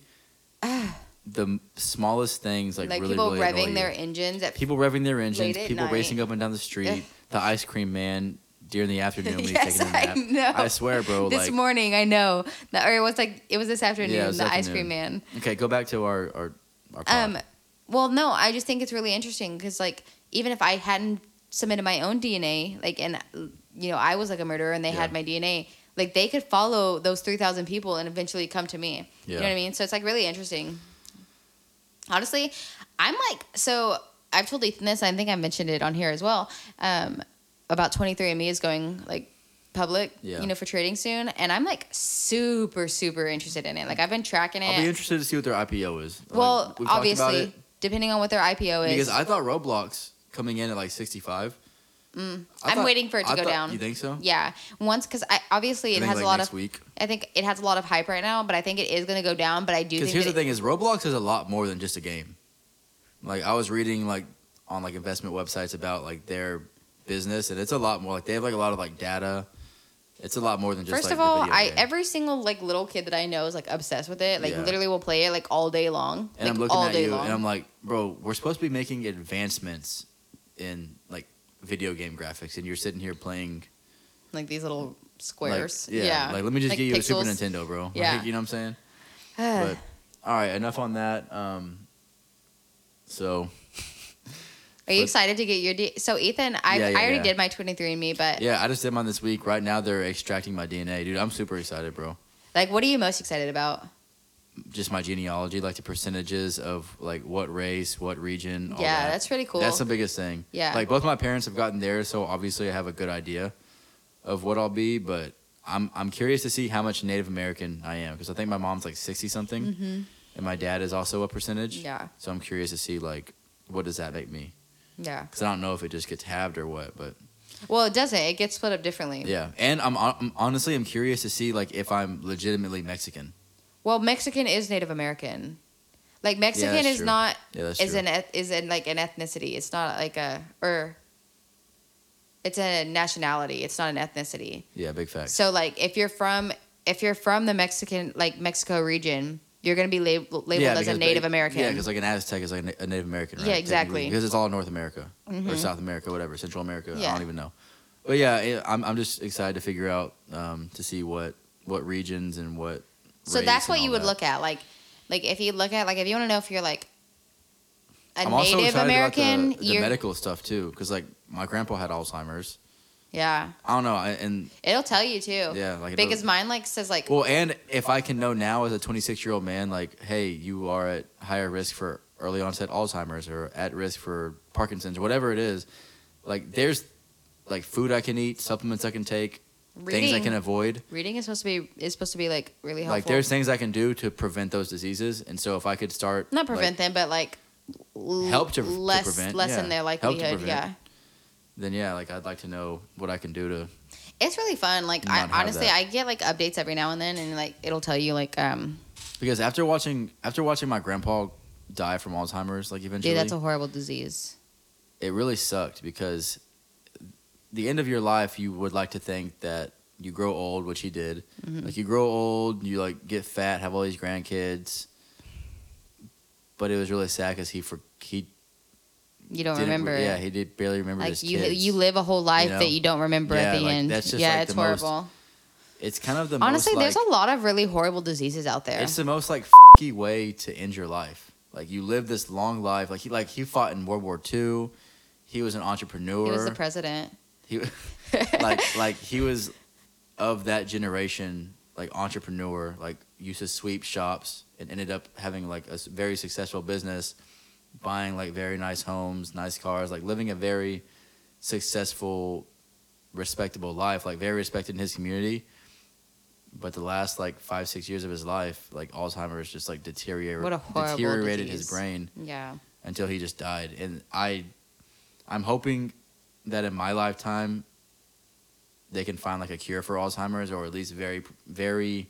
the m- smallest things like, like, really people really annoy revving you. their engines at people revving their engines, at people night. racing up and down the street, the ice cream man during the afternoon when he's Yes, taking a nap. I know. I swear, bro. this like, morning. I know, the, or it was like it was this afternoon. was the ice afternoon. cream man. okay, go back to our our. our pod. Um, well, no, I just think it's really interesting because, like, even if I hadn't submitted my own DNA, like, and you know, I was like a murderer, and they Yeah. had my DNA, like, they could follow those three thousand people and eventually come to me. You know Yeah. what I mean? So it's like really interesting. Honestly, I'm like so. I've told Ethan this. I think I mentioned it on here as well. Um, about 23andMe is going like public, Yeah. you know, for trading soon, and I'm like super, super interested in it. Like I've been tracking it. I'll be interested to see what their IPO is. Like, eh, Well, we've talked about obviously, it depending on what their IPO is. because I thought Roblox coming in at like 65. I Mm, I'm waiting for it to I go thought- down. You think so? yeah, once because I obviously I it think has like a lot next of. week. I think it has a lot of hype right now, but I think it is going to go down. But I do think Because here's that the thing: is Roblox is a lot more than just a game. Like I was reading like on like investment websites about like their business, and it's a lot more. Like they have like a lot of like data. It's a lot more than it- just. First like, of the all, video I game. every single like little kid that I know is like obsessed with it. Like Yeah. literally, will play it like all day long. and like, I'm looking all at day you, long. and I'm like, bro, we're supposed to be making advancements in like video game graphics, and you're sitting here playing. like these little Like, squares. yeah, yeah. Like let me just Like get you a pixels. Super Nintendo, bro. Like, Yeah. you know what I'm saying? but all right, enough on that. Um, so Are you but- excited to get your? D- so Ethan, I Yeah, yeah, I already yeah. did my 23andMe, but Yeah, I just did mine this week. Right now, they're extracting my DNA, dude. I'm super excited, bro. like, what are you most excited about? Just my genealogy, like the percentages of like what race, what region. All yeah, that. that's pretty cool. That's the biggest thing. Yeah. like both my parents have gotten theirs, so obviously I have a good idea of what I'll be. But I'm I'm curious to see how much Native American I am because I think my mom's like sixty something, and my dad is also a percentage. Mm-hmm. Yeah. So I'm curious to see like what does that make me yeah. because I don't know if it just gets halved or what, but. Well, it doesn't. It gets split up differently. Yeah, and I'm, I'm honestly I'm curious to see like if I'm legitimately Mexican. Well, Mexican is Native American. Like Mexican that's is true. not Yeah, that's is true. an eth- is an like an ethnicity. It's not like a or it's a nationality. It's not an ethnicity. yeah, big fact. So like if you're from if you're from the Mexican like Mexico region, you're going to be lab- labeled as a because- Native but- American. Yeah, because like an Aztec is like a Na- a Native American, right? Yeah, technically, exactly. Because it's all North America or Mhm. South America, whatever, Central America. I Yeah. don't even know. But yeah, it, I'm I'm just excited to figure out um, to see what what regions and what. so race that's and what you all would that. look at, like, like if you look at, like, if you want to know if you're like a I'm also Native excited about the- American, the, you're medical stuff too, because like my grandpa had Alzheimer's. yeah, I don't know, I- and it'll tell you too. yeah, like it because doesn't- mine like says like well, and if I can know now as a 26 year old man, like, hey, you are at higher risk for early onset Alzheimer's or at risk for Parkinson's, whatever it is. Like, there's like food I can eat, supplements I can take, reading. things I can avoid. reading is supposed to be is supposed to be like really helpful. Like, there's things I can do to prevent those diseases. And so, if I could start not like, prevent them, but like l- Help to- to less prevent, lessen yeah. their Help to likelihood. prevent. yeah, then yeah, like I'd like to know what I can do to. it's really fun. Like Not I have honestly, that. I get like updates every now and then, and like it'll tell you like um, Because after watching after watching my grandpa die from Alzheimer's, like eventually, dude, that's a horrible disease. it really sucked because the end of your life you would like to think that you grow old which he did Mm-hmm. like you grow old you like get fat have all these grandkids but it was really sad because he for he You don't didn't re- remember. it. yeah he did barely remember like his you kids. you live a whole life know? that you don't remember at Yeah, the like, end. that's just, yeah, like, it's the most- horrible. it's kind of the honestly, most, there's like- a lot of really horrible diseases out there. it's the most like fky way to end your life like you live this long life like he like he fought in World War II he was an entrepreneur He was the president. he like like he was of that generation like entrepreneur like used to sweep shops and ended up having like a s- very successful business buying like very nice homes nice cars like living a very successful respectable life like very respected in his community but the last like five six years of his life like alzheimer's just like deteriorate, What a horrible deteriorated his disease. brain yeah, until he just died. And I, I'm hoping that in my lifetime, they can find like a cure for Alzheimer's or at least very, very,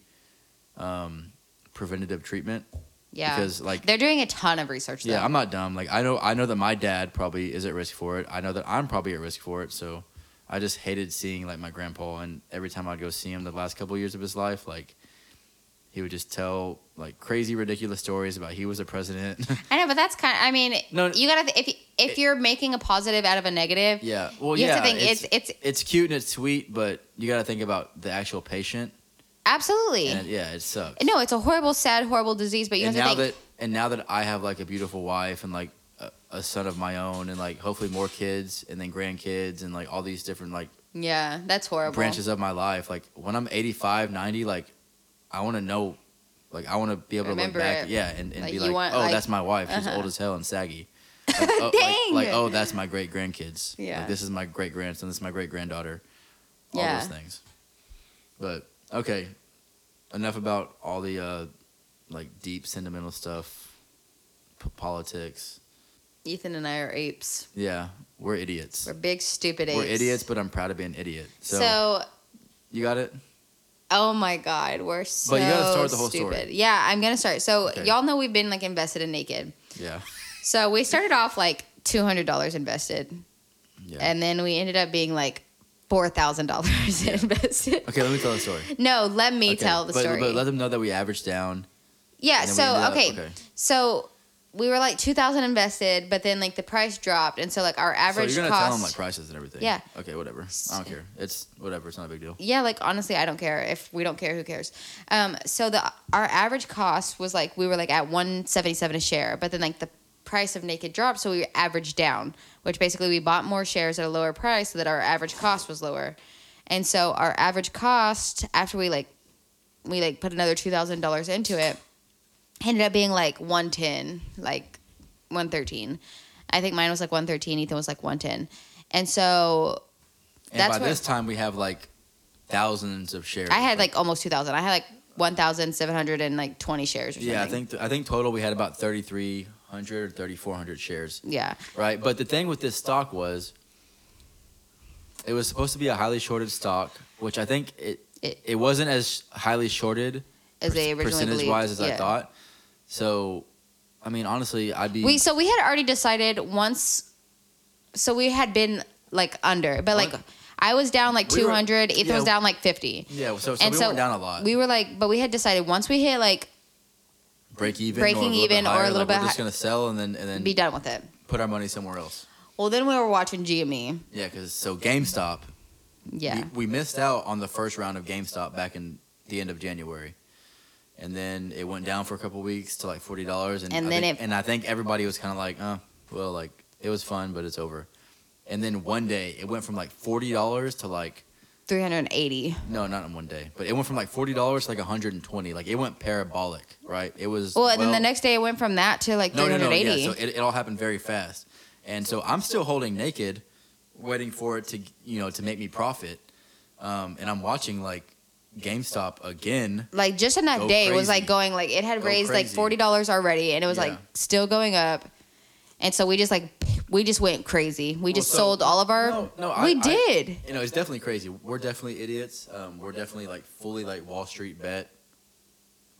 um, preventative treatment. yeah. Because like, they're doing a ton of research. yeah, though. I'm not dumb. Like I know, I know that my dad probably is at risk for it. I know that I'm probably at risk for it. So I just hated seeing like my grandpa, and every time I'd go see him, the last couple years of his life, like. He would just tell like crazy, ridiculous stories about he was a president. I know, but that's kind. Of, I mean, No, you gotta th- if y- if you're making a positive out of a negative, yeah, well, you yeah. have to think it's it's, it's cute and it's sweet, but you got to think about the actual patient. absolutely And yeah, it sucks. no. It's a horrible, sad, horrible disease. But you and have now to think. that and now that I have like a beautiful wife and like a, a son of my own and like hopefully more kids and then grandkids and like all these different like yeah, that's horrible. branches of my life. Like when I'm 85, 90, like I want to know, like I want to be able Remember to look back, it. yeah, and, and Like, be you like, want, oh, like- that's my wife. She's Uh-huh. old as hell and saggy. Like, oh, like- Dang. Like, oh, that's my great grandkids. Yeah. Like, this is my great grandson. This is my great granddaughter. All Yeah. those things. But okay, enough about all the uh, like deep sentimental stuff, p- politics. Ethan and I are apes. Yeah, we're idiots. We're big stupid apes. We're idiots, but I'm proud of being an idiot. So, So, you got it. oh my god, we're so But you gotta start the whole stupid. story. Yeah, I'm gonna start. So Okay. y'all know we've been like invested in naked. Yeah. So we started off like two hundred dollars invested, Yeah. and then we ended up being like four thousand dollars invested. okay, let me tell the story. No, let me Okay, tell the but, story. But let them know that we averaged down. Yeah. and then we So ended up- okay. So we were like two thousand invested, but then like the price dropped, and so like our average so you're gonna cost. tell them like prices and everything. Yeah. Okay, whatever. I don't care. It's whatever. It's not a big deal. yeah, like honestly, I don't care if we don't care. Who cares? Um, so the our average cost was like we were like at one seventy seven a share, but then like the price of naked dropped, so we averaged down, which basically we bought more shares at a lower price so that our average cost was lower, and so our average cost after we like we like put another two thousand dollars into it ended up being like 110 like 113 i think mine was like 113 ethan was like 110 and so And That's by what- this time we have like thousands of shares. i had like almost 2000 i had like 1720 shares or something yeah, I think I think total we had about 3,300 or 3,400 shares, yeah right? But the thing with this stock was, it was supposed to be a highly shorted stock, which I think it It- it, wasn't as highly shorted as they originally percentage wise as I believed. Yeah. thought. So, I mean, honestly, I'd be we so we had already decided once so we had been like under but like What? i was down like We were- 200 ethan yeah. Uh, was down like 50 Yeah, so, so and we so went down a lot. we were like but we had decided once we hit like break even, Breaking or a little even bit or a higher, little like, bit We're just hi- gonna sell and then and then Be done with it. put our money somewhere else. Well, then we were watching E. GME. Yeah, because so GameStop, Yeah. we, we missed out on the first round of GameStop back in the end of January, and then it went down for a couple weeks to like forty dollars, and And I then think, it- and I think everybody was kind of like, uh, well, like it was fun, but it's over. And then one day it went from like forty dollars to like 380. no, not in one day, but it went from like forty dollars to like one hundred and twenty. Like it went parabolic, right? It was Well, and then the next day it went from that to like no, no, no, 380. yeah. So it, it all happened very fast, and so I'm still holding naked, waiting for it to you know to make me profit, um, and I'm watching like GameStop again. like just in that Go day crazy. was like going like it had Go raised like crazy. forty dollars already, and it was Yeah. like still going up, and so we just like we just went crazy. We just so- sold all of our. No, no, I- we I- did. You know, it's definitely crazy. We're definitely idiots. Um, we're definitely like fully like Wall Street bet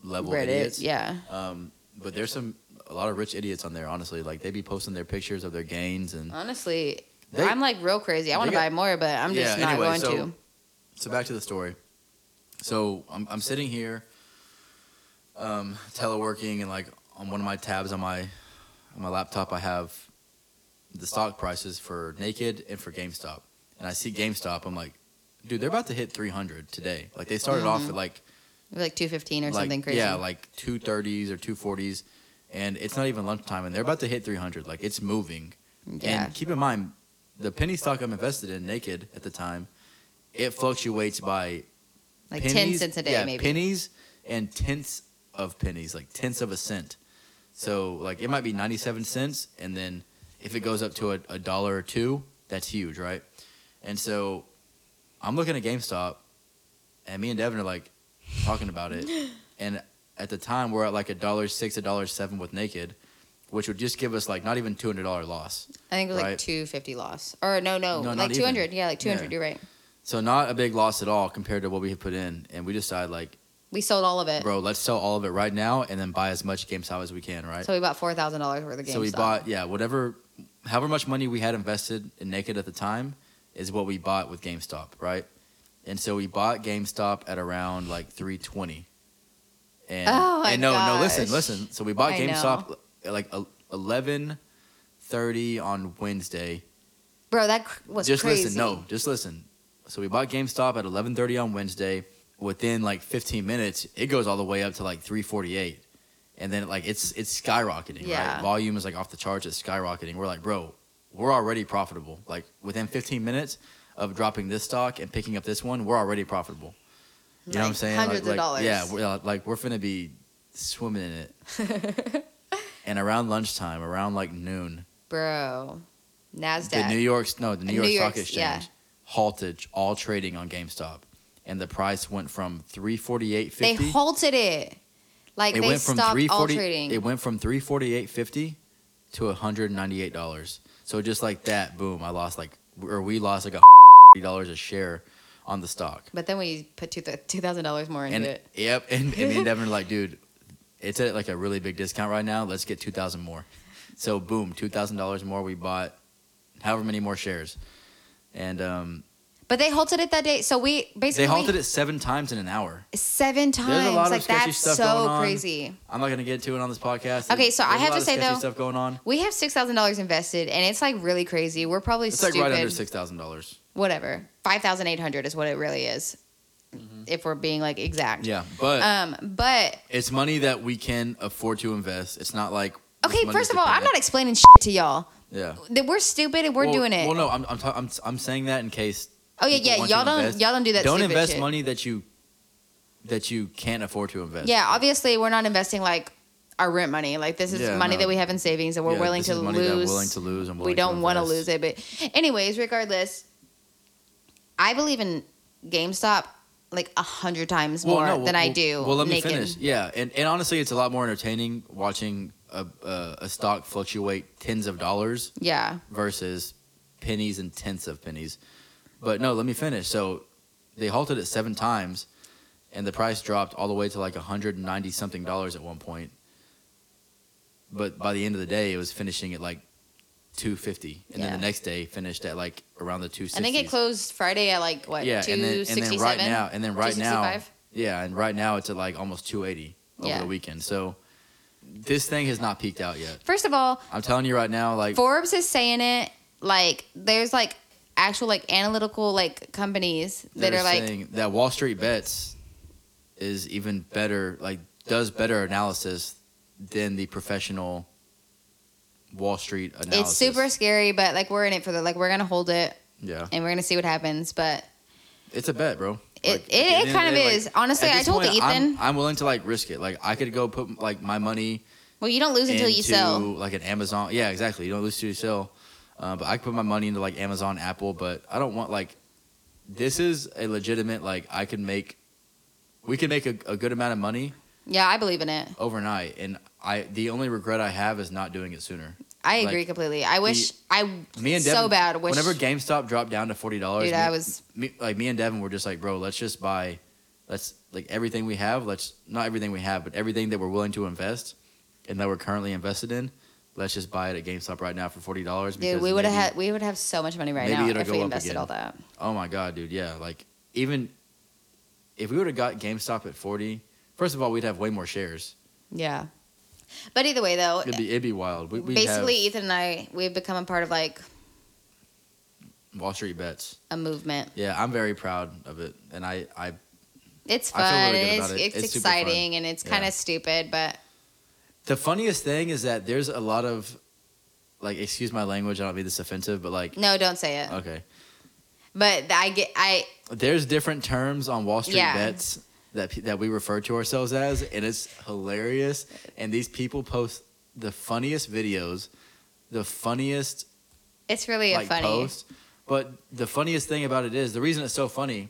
level Reddit, idiots. yeah. Um, but there's some a lot of rich idiots on there. Honestly, like they be posting their pictures of their gains and Honestly, They- I'm like real crazy. I they want to got- buy more, but I'm just Yeah, not anyway, going so- to. So back to the story. So I'm, I'm sitting here, um, teleworking, and like on one of my tabs on my on my laptop, I have the stock prices for Naked and for GameStop, and I see GameStop. I'm like, dude, they're about to hit 300 today. Like they started off at like It was like two fifteen Mm-hmm. or like, something crazy. Yeah, like two thirties or two forties, and it's not even lunchtime, and they're about to hit three hundred. Like it's moving. Yeah. And keep in mind, the penny stock I'm invested in, Naked at the time, it fluctuates by like ten pennies- cents a day yeah, maybe. pennies and tenths of pennies, like tenths of a cent. So like it might be ninety-seven cents, and then if it goes up to a, a dollar or two, that's huge, right? And so I'm looking at GameStop, and me and Devin are like talking about it, and at the time we're at like a dollar six, a dollar seven with Naked, which would just give us like not even two hundred dollar loss. I think it was right. like two fifty loss, or no, no, No, not like even. two hundred. Yeah, like two hundred. Yeah. You're right. So not a big loss at all compared to what we had put in, and we decided like, We sold all of it, bro, let's sell all of it right now and then buy as much GameStop as we can, right? so we bought four thousand dollars worth of games. So we bought, yeah, whatever, however much money we had invested in Naked at the time is what we bought with GameStop, right? And so we bought GameStop at around like 320. And, Oh my and no, no, listen, gosh. listen. So we bought I GameStop at like 11:30 on Wednesday. bro. That cr- was just crazy. listen, no, just listen. So we bought GameStop at 11:30 on Wednesday. Within like 15 minutes, it goes all the way up to like 348 and then like it's it's skyrocketing right Yeah. volume is like off the charts it's skyrocketing we're like bro we're already profitable like within 15 minutes of dropping this stock and picking up this one we're already profitable you know what i'm Like, saying hundreds of like, like, dollars. yeah we're, uh, like we're finna be swimming in it and around lunchtime around like noon bro. Nasdaq. the new york's no the new Uh, york New stock York's- yeah. exchange halted all trading on gamestop and the price went from 348.50 They halted it. Like it they went from stopped three all forty. trading. It went from three forty eight fifty to one hundred ninety eight dollars. So just like that, boom! I lost like, or we lost like a dollars a share on the stock. but then we put two thousand dollars more into And it. yep, and, and me and Devin are like, dude, it's at like a really big discount right now. Let's get two thousand more. So boom, two thousand dollars more. We bought however many more shares, and um, But they halted it that day. So we they basically halted it seven times in an hour. seven times. lot of like sketchy that's stuff so going on. crazy. I'm not gonna get to it on this podcast. Okay, so There's I a lot have to of say, sketchy though, stuff going on. We have six thousand dollars invested, and it's like really crazy. We're probably It's stupid. like right under six thousand dollars. Whatever, five thousand eight hundred is what it really is, if we're being like exact. Mm-hmm. Yeah, but Um, but It's money that we can afford to invest. It's not like this okay, money's first of all, I'm dependent- not explaining shit to y'all. Yeah, That we're stupid and we're Well- doing it. Well, no, I'm I'm, ta- I'm I'm saying that in case. oh yeah, people yeah. want to Y'all don't invest. y'all don't do that. Don't stupid invest shit. money that you that you can't afford to invest. Yeah, obviously we're not investing like our rent money. Like this is Yeah, money no. that we have in savings and we're Yeah, willing this to is money lose. That I'm willing to lose. I'm willing we don't want to lose it, but anyways, regardless, I believe in GameStop like a hundred times more no, than I well- do. Well, let me naked. finish. Yeah, and, and honestly, it's a lot more entertaining watching a, a, a stock fluctuate tens of dollars Yeah, versus pennies and tenths of pennies. But no, let me finish. So they halted it seven times, and the price dropped all the way to like 190 something dollars at one point. But by the end of the day, it was finishing at like 250, and Yeah. then the next day finished at like around the 260. I think it closed Friday at like what Yeah, and then two and sixty then right seven. now, and then right now, 265? yeah, and right now it's at like almost 280 over Yeah. the weekend. So this thing has not peaked out yet. First of all, I'm telling you right now, like Forbes is saying it like there's like actual like analytical like companies that they're are like saying that Wall Street bets is even better, like does better analysis than the professional Wall Street analysis. it's super scary, but like we're in it for the like we're gonna hold it Yeah, and we're gonna see what happens. But it's a bet, bro. it Like, at the end it, it the kind of day, like, is. Honestly, at I this told point, Ethan. I'm, I'm willing to like risk it. Like I could go put like my money well, you don't lose until you into, sell. like an Amazon. Yeah, exactly. You don't lose to your sell. Uh, but I could put my money into like Amazon, Apple, but I don't want like this is a legitimate like I can make we can make a, a good amount of money Yeah, I believe in it. overnight and I the only regret I have is not doing it sooner. I Like, agree completely. I wish I Me and Devin, so bad wish whenever GameStop dropped down to forty dollars, dude I was me, like me and Devin were just like, bro, let's just buy, let's like everything we have. Let's not everything we have, but everything that we're willing to invest and that we're currently invested in. Let's just buy it at GameStop right now for forty dollars. dude we would have had we would have so much money right maybe now it'll if go we up invested again. all that. Oh my god, dude, yeah. Like even if we would have got GameStop at forty, first of all, we'd have way more shares. Yeah. But either way though, It'd be it'd be wild. We we basically basically Ethan and I we've become a part of like Wall Street bets. a movement. Yeah, I'm very proud of it, and I I It's I feel fun. really good it's about it. it's, It's super fun. exciting and it's Yeah. kind of stupid, but The funniest thing is that there's a lot of, like, excuse my language, I don't mean this offensive, but like, no, don't say it. okay, But I get I there's different terms on Wall Street Yeah. bets that pe- that we refer to ourselves as, and it's hilarious. And these people post the funniest videos, the funniest it's really a like funny. posts. But the funniest thing about it is the reason it's so funny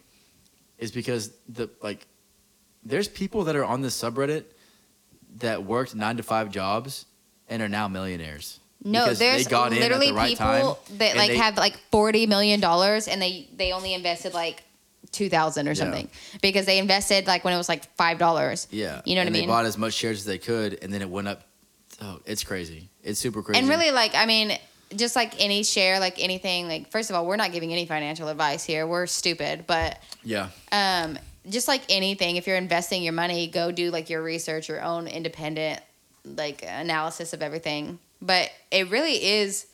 is because the like, there's people that are on this subreddit that worked nine to five jobs and are now millionaires. No, because they there's got in at the literally right people time, that and like they- have like 40 million dollars and they they only invested like 2000 or Yeah. something because they invested like when it was like $5. Yeah. You know what and I mean? They bought as much shares as they could, and then it went up. Oh, it's crazy. It's super crazy. And really, like, I mean, just like any share, like anything, like, first of all, we're not giving any financial advice here. We're stupid. But yeah, um, just like anything, if you're investing your money, go do like your research, your own independent, like, analysis of everything. But it really is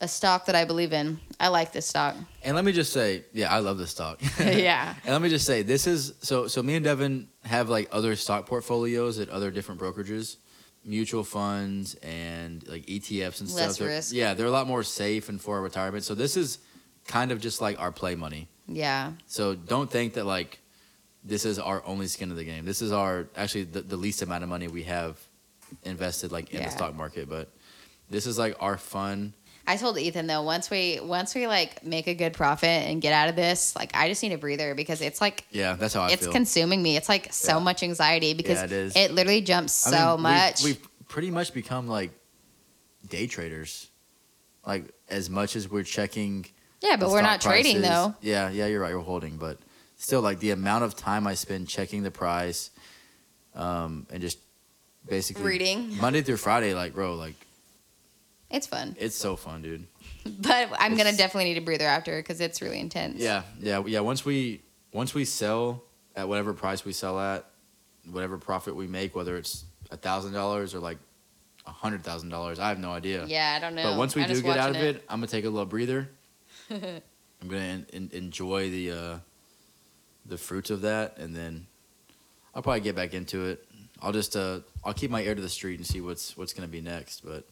a stock that I believe in. I like this stock. and let me just say, yeah, I love this stock. yeah. and let me just say, this is so. So me and Devin have like other stock portfolios at other different brokerages, mutual funds, and like ETFs and Less stuff. They're- risk. Yeah, they're a lot more safe and for our retirement. So this is kind of just like our play money. Yeah. So don't think that like this is our only skin of the game. This is our actually the, the least amount of money we have invested like in Yeah. the stock market, but this is like our fun. I told Ethan though, once we once we like make a good profit and get out of this, like I just need a breather because it's like Yeah, that's how I it's feel. consuming me. It's like so Yeah. much anxiety because Yeah, it is. literally jumps I so mean, we've- much. We've, pretty much become like day traders. Like as much as we're checking yeah, but the we're stock not trading prices- though. Yeah, yeah, you're right. You're holding, but still, like the amount of time I spend checking the price, um, and just basically Reading. Monday through Friday, like bro, like It's fun, it's so fun, dude. but I'm gonna It's- definitely need a breather after because it's really intense. Yeah, yeah, yeah. Once we once we sell at whatever price we sell at, whatever profit we make, whether it's a thousand dollars or like a hundred thousand dollars, I have no idea. Yeah, I don't know. But once we I'm do just get out of watching it, I'm gonna take a little breather. I'm gonna en- en- enjoy the uh, the fruits of that, and then I'll probably get back into it. I'll just uh, I'll keep my ear to the street and see what's what's gonna be next. But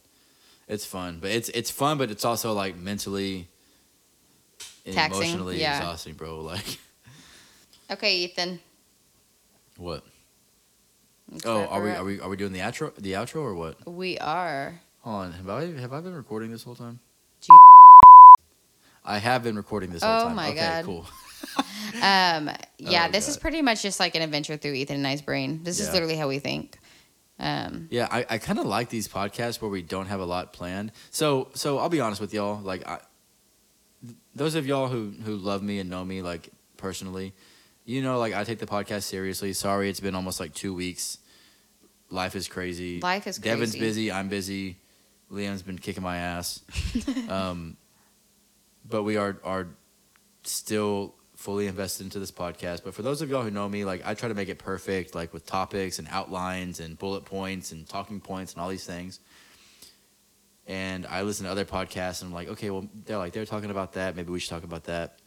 it's fun. But it's it's fun, but it's also like mentally. and Taxing, emotionally yeah. exhausting, bro. Like Okay, Ethan. what? let's Oh, wrap are her we up. are we are we doing the outro the outro or what? We are. Hold on, have I have I been recording this whole time? Gee. I have been recording this Oh whole time. my okay, God. cool. Um, yeah, Oh, this is God. pretty much just like an adventure through Ethan and I's brain. This is Yeah. literally how we think. Um, Yeah, I, I kind of like these podcasts where we don't have a lot planned. So so I'll be honest with y'all. Like I, th- those of y'all who who love me and know me like personally, you know, like I take the podcast seriously. Sorry, it's been almost like two weeks. Life is crazy. life is crazy. Devin's busy. I'm busy. Liam's been kicking my ass. um, but we are are still fully invested into this podcast. But for those of y'all who know me, like I try to make it perfect, like with topics and outlines and bullet points and talking points and all these things. And I listen to other podcasts and I'm like, okay, well, they're like they're talking about that. Maybe we should talk about that.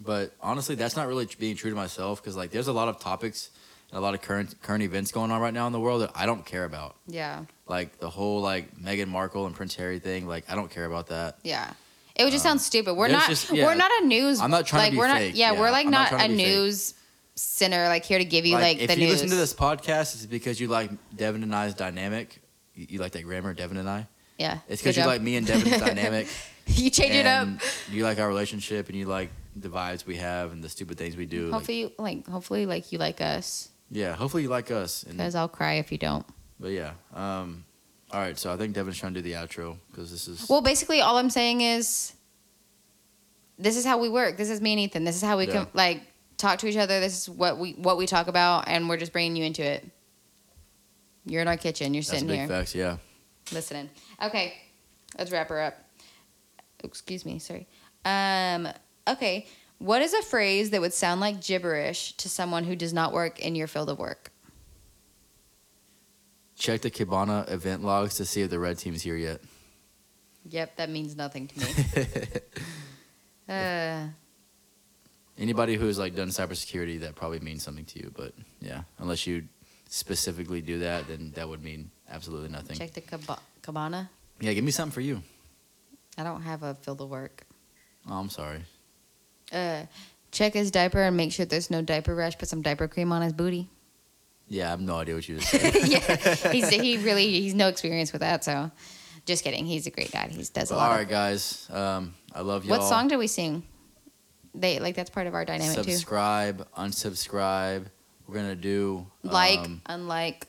But honestly, that's not really being true to myself because like there's a lot of topics and a lot of current current events going on right now in the world that I don't care about. Yeah. Like the whole like Meghan Markle and Prince Harry thing. Like I don't care about that. Yeah. It would just sound stupid. We're Um, there's not. just- yeah. We're not a news. I'm not trying to like, be we're fake. Not, yeah, Yeah, we're like I'm not not, trying a to be fake. news center. Like here to give you like, if the you news. listen to this podcast, it's because you like Devin and I's dynamic. You, you like that grammar, Devin and I. yeah. It's good because you job. like me and Devin's dynamic. you change it up. and You like our relationship, and you like the vibes we have and the stupid things we do. like- Hopefully, you- like hopefully, like you like us. yeah. Hopefully, you like us. And Because I'll cry if you don't. but yeah. Um. All right. So I think Devin's trying to do the outro because this is Well, basically, all I'm saying is, this is how we work. This is me and Ethan. This is how we Yeah. can like talk to each other. This is what we what we talk about, and we're just bringing you into it. You're in our kitchen. You're that's sitting big here facts. Yeah. listening. Okay, let's wrap her up. Excuse me. Sorry. Um. Okay. What is a phrase that would sound like gibberish to someone who does not work in your field of work? Check the Kibana event logs to see if the red team's here yet. Yep, that means nothing to me. uh, Anybody who's like done cybersecurity, that probably means something to you. But yeah, unless you specifically do that, then that would mean absolutely nothing. check the cab- cabana. Yeah, give me something for you. I don't have a field of work. Oh, I'm sorry. Uh, check his diaper and make sure there's no diaper rash. Put some diaper cream on his booty. Yeah, I have no idea what you just said. yeah, he's he really he's no experience with that. So, just kidding. He's a great guy. He does a But, lot. all of- right, guys. Um, I love y'all. what song did we sing? They like that's part of our dynamic too. Subscribe, unsubscribe. We're gonna do Like, um, unlike,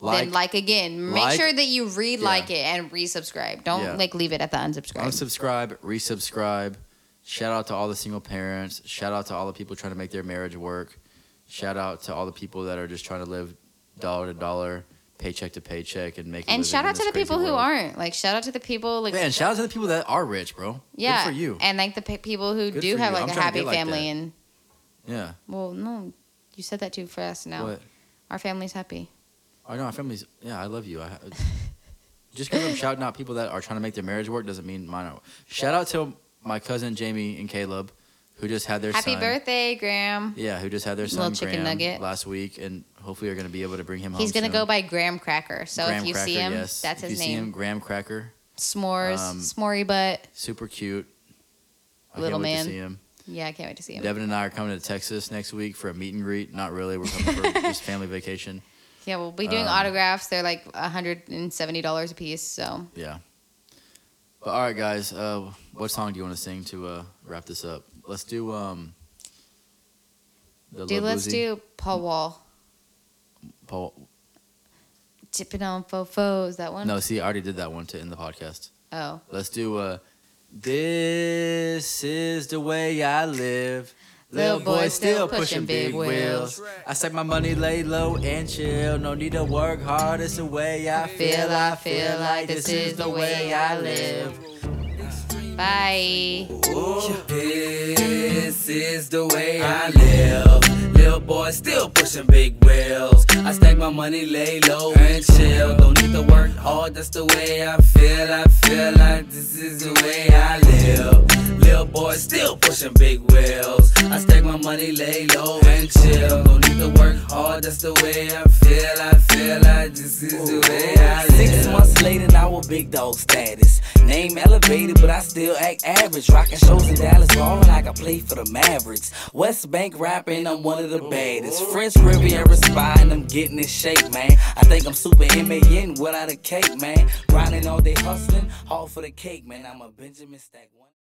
like, then like again. Make like- sure that you re-like it and resubscribe. Don't Yeah. like leave it at the unsubscribe. unsubscribe, resubscribe. Shout out to all the single parents. Shout out to all the people trying to make their marriage work. Shout out to all the people that are just trying to live dollar to dollar, paycheck to paycheck, and make. a and living shout in out to this the crazy people who world. aren't. Like shout out to the people like Man, shout out to the people that are rich, bro. yeah, Good for you. and like the pe- people who Good do for have you. like I'm a trying to happy get like family that. and yeah. well, no, you said that too fast now. What? Our family's happy. Oh no, our family's. Yeah, I love you. I, just because I'm shouting out people that are trying to make their marriage work doesn't mean mine are. Shout out to my cousin Jamie and Caleb, who just had their Happy son- birthday, Graham. Yeah, who just had their son Little chicken Graham, nugget. last week, and hopefully are going to be able to bring him home. He's gonna soon. go by Graham Cracker. So Graham if you see Cracker, him, yes. that's If his you See him, name. Graham Cracker, S'mores, Um, s'morey butt. super cute. I Little can't man. Wait to see him. Yeah, I can't wait to see him. Devin and I are coming to Texas next week for a meet and greet. Not really. We're coming for just family vacation. Yeah, we'll be doing Um, autographs. They're like hundred and seventy dollars a piece. So Yeah. But all right, guys. Uh, what song do you want to sing to uh, wrap this up? Let's do um. The dude, Lil let's Boozy. do Paul Wall. Paul. Tipping on fofos. That one. No, see, I already did that one to end the podcast. Oh, Let's do uh. This is the way I live. Little boy still pushing big wheels. I save my money, lay low and chill. No need to work hard. It's the way I feel. I feel like this is the way I live. bye. This is the way I live. Little boy still pushing big wheels. I stack my money, lay low and chill. Don't need to work hard, that's the way I feel. I feel like this is the way I live. Little boy still pushing big wheels. I stack my money, lay low and chill. Don't need to work hard, that's the way I feel. I feel like this is the way I live. Six months later, now a big dog status. Name elevated, but I still act average. Rocking shows in Dallas, ballin' like I play for the Mavericks. West Bank rapping, I'm one of the baddest. French Riviera spying, I'm getting in shape, man. I think I'm super MAN without a cake, man. Grinding all day, hustling, all for the cake, man. I'm a Benjamin Stack. one.